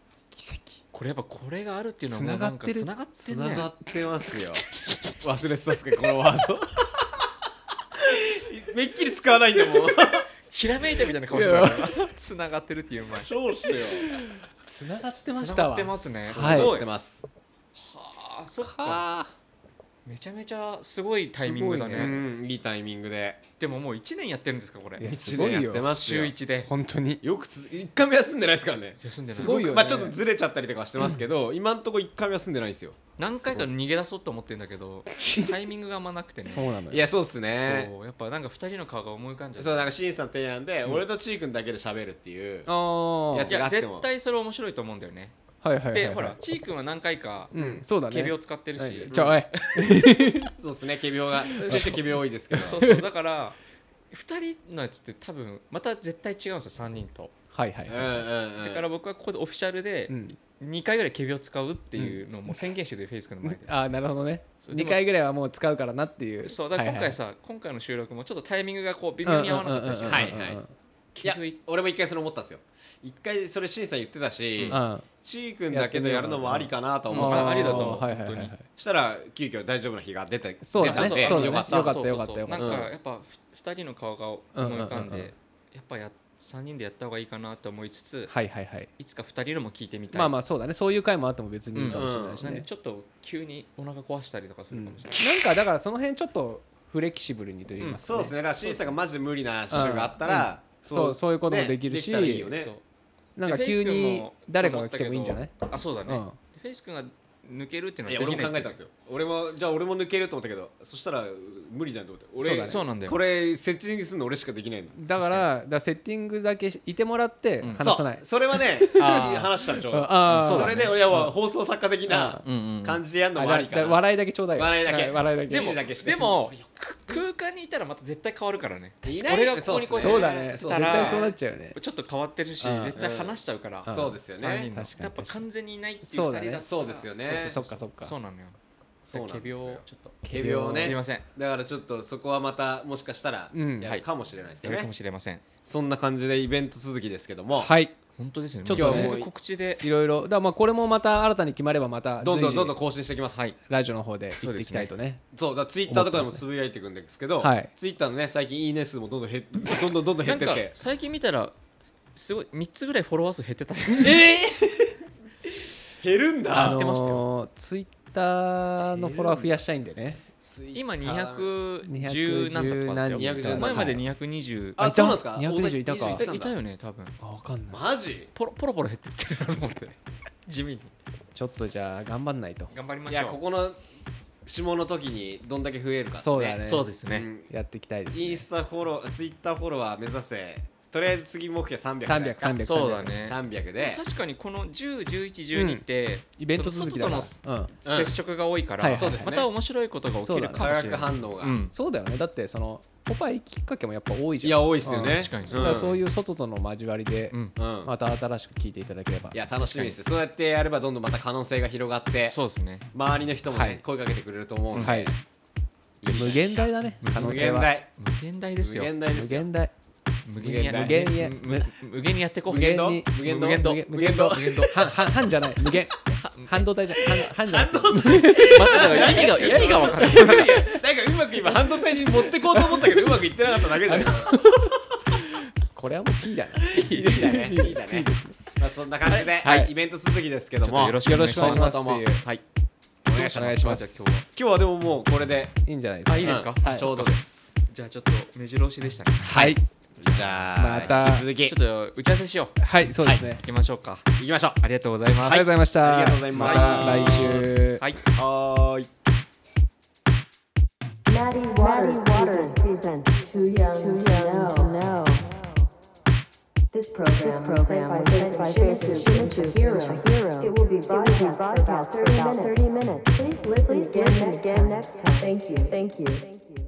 Speaker 1: 跡
Speaker 3: これやっぱこれがあるっていうのはもう
Speaker 1: 繋が
Speaker 3: なんか
Speaker 1: ってる
Speaker 3: 繋がって
Speaker 2: つ
Speaker 3: るね
Speaker 2: ながってま すよ忘れてたっすかこのワード めっきり使わないんだもん
Speaker 3: ひらめいたみたいな顔してたから繋がってるっていう前
Speaker 2: 超してよ
Speaker 1: つながってまし
Speaker 3: 繋
Speaker 1: た
Speaker 3: がっ
Speaker 1: わ
Speaker 3: てますねす
Speaker 1: はい
Speaker 3: ごい
Speaker 2: て
Speaker 3: は
Speaker 2: ます
Speaker 3: あそっか
Speaker 1: はあ
Speaker 3: めちゃめちゃすごいタイミングだ
Speaker 1: す
Speaker 2: う
Speaker 1: ご
Speaker 3: ね
Speaker 2: んいいタイミングで
Speaker 3: でももう1年やってるんですかこれ
Speaker 1: いや
Speaker 2: 1
Speaker 1: すごいよ
Speaker 2: 年やってます
Speaker 3: 週
Speaker 2: よ
Speaker 3: 1で
Speaker 1: 本当 に
Speaker 2: よくつ一回も休んでないですからね
Speaker 3: 休んですな
Speaker 1: ご
Speaker 3: い
Speaker 1: いよね
Speaker 2: まあちょっとずれちゃったりとかはしてますけど、今んとこ一回も休んでないんですよ
Speaker 3: 何回か逃げ出そうと思ってんだけどタイミングがあんまなくてね
Speaker 1: そうなの
Speaker 2: い
Speaker 1: よ
Speaker 2: やそうっすね
Speaker 3: そうやっぱなんか2人の顔が思い浮かんじゃう
Speaker 2: そうなんかしんさん提案で、俺とちーくんだけで喋るっていう
Speaker 1: ああは
Speaker 2: や
Speaker 1: い
Speaker 2: つ
Speaker 3: いや
Speaker 2: があっても
Speaker 3: 絶対それ面白いと思うんだよね
Speaker 1: はいはい
Speaker 3: で
Speaker 1: はい
Speaker 3: ほらちーくんは何回か
Speaker 1: うんそうだね
Speaker 3: 仮病使ってる
Speaker 1: は
Speaker 3: し
Speaker 1: いちょおい
Speaker 2: そうっすね仮病がちょっと仮病多いですけど
Speaker 3: そう そうだから2人のやつって多分また絶対違うんですよ3人と
Speaker 1: はいはい
Speaker 2: うん
Speaker 1: は
Speaker 2: うんうん
Speaker 3: だから僕はここでオフィシャルで
Speaker 1: うん
Speaker 3: 2回ぐらい仮病使うっていうのをもう宣言しててフェイス君の前
Speaker 1: い
Speaker 3: で
Speaker 1: あーなるほどね
Speaker 3: そうで
Speaker 1: 2
Speaker 3: も
Speaker 1: 回ぐらいはもう使うからなっていう
Speaker 3: そうだから今回
Speaker 1: さ
Speaker 3: さ今回の収録もちょっとタイミングがこう微妙に合わなかったでしょ
Speaker 2: んうんはいはいいや
Speaker 3: 結局
Speaker 2: 俺も一回それ思ったんですよ一回それしんさん言ってたし、ちーくんだけどやるのもありかなとは思ったんです
Speaker 3: あ
Speaker 2: け
Speaker 3: り
Speaker 2: ど
Speaker 3: だと思う
Speaker 1: はいはいはいはい
Speaker 3: 本当
Speaker 2: したら急遽大丈夫な日が出て
Speaker 1: そうだね
Speaker 2: 出たんで
Speaker 1: そうだね
Speaker 2: よかっ
Speaker 1: よかったたよかった
Speaker 3: そうそ
Speaker 1: よ
Speaker 3: うそう
Speaker 1: かった
Speaker 3: なんかやっぱ2人の顔が思い浮かん
Speaker 1: うんうんうんうん
Speaker 3: でやっぱや3人でやった方がいいかなと思いつつ
Speaker 1: はいはいはい
Speaker 3: いつか2人のも聞いてみたい
Speaker 1: まあまあそうだねそういう回もあっても別にいいかもしれないし
Speaker 3: なんで
Speaker 1: ね
Speaker 3: ちょっと急にお腹壊したりとかす
Speaker 1: う
Speaker 3: る
Speaker 1: ん
Speaker 3: か
Speaker 1: なん
Speaker 3: もしれない
Speaker 1: かだからその辺ちょっとフレキシブルにと言いますか
Speaker 2: そうですねだからしんさんがマジで無理な週があったら、
Speaker 1: そうそういうこともできるし
Speaker 2: ねできたらいいよね
Speaker 3: そう
Speaker 1: なんか
Speaker 3: で
Speaker 1: 急
Speaker 3: フェイス君
Speaker 1: に
Speaker 3: も
Speaker 1: 誰かが来てもいいんじゃない
Speaker 3: と思ったけどあそうだね、
Speaker 1: うん
Speaker 3: フェイス君が抜けるっていう
Speaker 2: い
Speaker 3: の
Speaker 2: や
Speaker 3: はで
Speaker 2: 俺
Speaker 3: き
Speaker 2: も
Speaker 3: な
Speaker 2: 考
Speaker 3: い
Speaker 2: えたんですよ俺もじゃあ俺も抜けると思ったけどそしたらう無理じゃんと思って俺
Speaker 1: そうだね
Speaker 3: そうなんだよ
Speaker 2: これセッティングするの俺しかできないんだ
Speaker 1: だからだからセッティングだけいてもらって
Speaker 3: うん
Speaker 1: 話さない
Speaker 2: そうそれはね
Speaker 1: あー
Speaker 2: 話したんちょう
Speaker 1: うん
Speaker 2: ど
Speaker 1: あー
Speaker 2: そ,、
Speaker 3: そうだね
Speaker 2: れで俺は放送作家的な
Speaker 3: うんうんうん
Speaker 2: 感じでやるの
Speaker 1: あ
Speaker 2: もあり
Speaker 1: だ
Speaker 2: か
Speaker 1: だ
Speaker 2: な
Speaker 1: 笑いだけちょうだいよ
Speaker 2: 笑いだけ
Speaker 1: は笑いだけ
Speaker 2: でも
Speaker 1: 指示
Speaker 2: けして
Speaker 3: でもく空間にいたらまた絶対変わるからね
Speaker 2: いない
Speaker 3: これがここにこ
Speaker 2: も
Speaker 1: そうだね
Speaker 2: そ
Speaker 1: 絶
Speaker 2: うだね
Speaker 1: 対そうなっちゃうよね
Speaker 3: ちょっと変わってるし
Speaker 1: うん
Speaker 3: 絶対話しちゃうから、
Speaker 1: うん
Speaker 2: そうですよ
Speaker 3: 三
Speaker 2: ね
Speaker 3: 人の
Speaker 1: 確かに
Speaker 3: やっぱ完全にいないっていう
Speaker 1: そうだ
Speaker 3: 2
Speaker 1: ね
Speaker 3: 人だ
Speaker 2: そうですよね
Speaker 1: そっかそっか
Speaker 3: そうなのよ
Speaker 2: そうなんですよ
Speaker 3: 仮病ちょっと
Speaker 2: 仮病
Speaker 1: ね
Speaker 2: ね
Speaker 3: すいません
Speaker 2: だからちょっとそこはまたもしかしたら
Speaker 1: うん
Speaker 2: やるかもしれないです
Speaker 3: や
Speaker 2: よ
Speaker 3: る
Speaker 2: ね、
Speaker 3: かもしれません
Speaker 2: そんな感じでイベント続きですけども、
Speaker 1: はい
Speaker 3: 本当ですね
Speaker 1: ちょっ
Speaker 3: 今
Speaker 1: と
Speaker 3: 日
Speaker 1: ね
Speaker 3: はもう告知で
Speaker 1: いろいろだからまあこれもまた新たに決まればまた
Speaker 2: どんど
Speaker 1: 随
Speaker 2: んどんどん
Speaker 1: 時
Speaker 2: 更新していきます、
Speaker 3: はい
Speaker 1: ラジオの方で言っていきたいとね
Speaker 2: そうだツイッターとかでもつぶやいていくんですけど
Speaker 1: はい
Speaker 2: ツイッターのね最近いいね数もどんどん減っ どんどんどんどん
Speaker 3: な
Speaker 2: 減っ
Speaker 3: ん
Speaker 2: てっ
Speaker 3: か
Speaker 2: て
Speaker 3: 最近見たらすごい3つぐらいフォロワー数減ってた
Speaker 2: えー減るんだ、
Speaker 1: あ
Speaker 3: やってました
Speaker 1: のーツイッターのフォロワー増やしたいんでね
Speaker 3: 今210何とかだった
Speaker 2: 210
Speaker 3: よ
Speaker 2: 何
Speaker 3: 前まで220
Speaker 1: あ
Speaker 2: あ
Speaker 1: いた
Speaker 2: そうなんですか
Speaker 1: 220いたか
Speaker 2: 大谷
Speaker 3: えいた
Speaker 2: んだ
Speaker 3: よね多分
Speaker 1: あ分かんない
Speaker 2: マジ
Speaker 3: ポロポロポロ減ってってるなと思って 地味に
Speaker 1: ちょっとじゃあ頑張んないと
Speaker 3: 頑張りま
Speaker 2: い
Speaker 3: し
Speaker 2: や
Speaker 3: ょう
Speaker 2: ここの下の時にどんだけ増えるかっすね
Speaker 1: そうだね
Speaker 3: そうです
Speaker 2: う
Speaker 3: ね、
Speaker 2: ん
Speaker 1: やっていきたいです
Speaker 2: イン
Speaker 1: ね
Speaker 2: スタフォローツイッターフォロワー目指せとりあえず次目標300じゃないで
Speaker 1: 300
Speaker 2: すか
Speaker 1: 300
Speaker 3: そうだね
Speaker 2: 300で
Speaker 3: 確かにこの101112って、
Speaker 1: イベント続きだからうん
Speaker 3: その外との接触が多いから、
Speaker 1: うんはい
Speaker 2: そうですね
Speaker 3: また面白いことが起きるか
Speaker 2: 化
Speaker 3: もし
Speaker 2: 学
Speaker 3: れない
Speaker 2: 反応が、
Speaker 3: うん
Speaker 1: そうだよねだってそのポパイきっかけもやっぱ多いじゃん
Speaker 2: いや多いっすよ
Speaker 1: う
Speaker 2: ね、
Speaker 1: ん
Speaker 3: 確かに
Speaker 1: だからそういうう外との交わりで
Speaker 3: うん
Speaker 2: うん
Speaker 1: また新しく聞いていただければ
Speaker 2: いや楽しみですよそうやってやればどんどんまた可能性が広がって
Speaker 3: そうですね
Speaker 2: 周りの人も、ね
Speaker 1: はい
Speaker 2: 声かけてくれると思うので、
Speaker 1: はい無限大だね可能
Speaker 2: 無
Speaker 1: 性
Speaker 2: 限
Speaker 1: は
Speaker 2: 大
Speaker 3: 無限大です
Speaker 2: 無
Speaker 3: よ
Speaker 2: 限大で
Speaker 1: 無
Speaker 2: すよ
Speaker 1: 限大
Speaker 3: 無
Speaker 2: 限
Speaker 3: 限にや
Speaker 2: 無
Speaker 1: 限や
Speaker 3: 無無限にやっていこう
Speaker 2: 無限
Speaker 1: 無
Speaker 2: の
Speaker 1: 限に
Speaker 2: 無限
Speaker 3: 無
Speaker 2: の
Speaker 3: 限度
Speaker 1: 無限度無限度半半半じゃない無限は半導体じゃ半半じゃない
Speaker 3: まただから意味が意味が分からな い
Speaker 2: なんかうまく今半導体に持ってこうと思ったけどうまくいってなかっただけだよ
Speaker 1: これはもう P だない
Speaker 2: い だねいいだねまあそんな感じで、
Speaker 1: はい
Speaker 2: イベント続きですけ
Speaker 3: ちょ
Speaker 2: ど
Speaker 3: っ
Speaker 2: も
Speaker 3: とよろしくお願いしま
Speaker 1: よ
Speaker 3: す
Speaker 1: ろしくお願いしま
Speaker 3: はい
Speaker 2: お願いし
Speaker 1: お
Speaker 2: ます
Speaker 1: 願いします
Speaker 3: じゃあ今日はい
Speaker 2: 今日はでももうこれで
Speaker 1: いんじゃないですか
Speaker 3: あいいですか
Speaker 1: はい
Speaker 2: ちょうどです
Speaker 3: じゃあちょっと目白押しでしたね
Speaker 1: はい
Speaker 2: じゃあ
Speaker 1: また
Speaker 2: 引き続き
Speaker 3: ちょっと打ち合わせしよう
Speaker 1: はいそうですね
Speaker 3: 行きましょうか
Speaker 2: 行きましょう
Speaker 3: ありがとうございます
Speaker 1: ありがとうございました
Speaker 2: ありがとうございます
Speaker 1: た来週
Speaker 3: はい
Speaker 2: はーい
Speaker 4: Maddie Waters, Waters presents Too Young, too young to, know. This program, this program was sent by Faces Shimizu Hero. Hero. It will be broadcast for about 30 minutes. Please listen, again, next time. Thank you. Thank you. Thank you.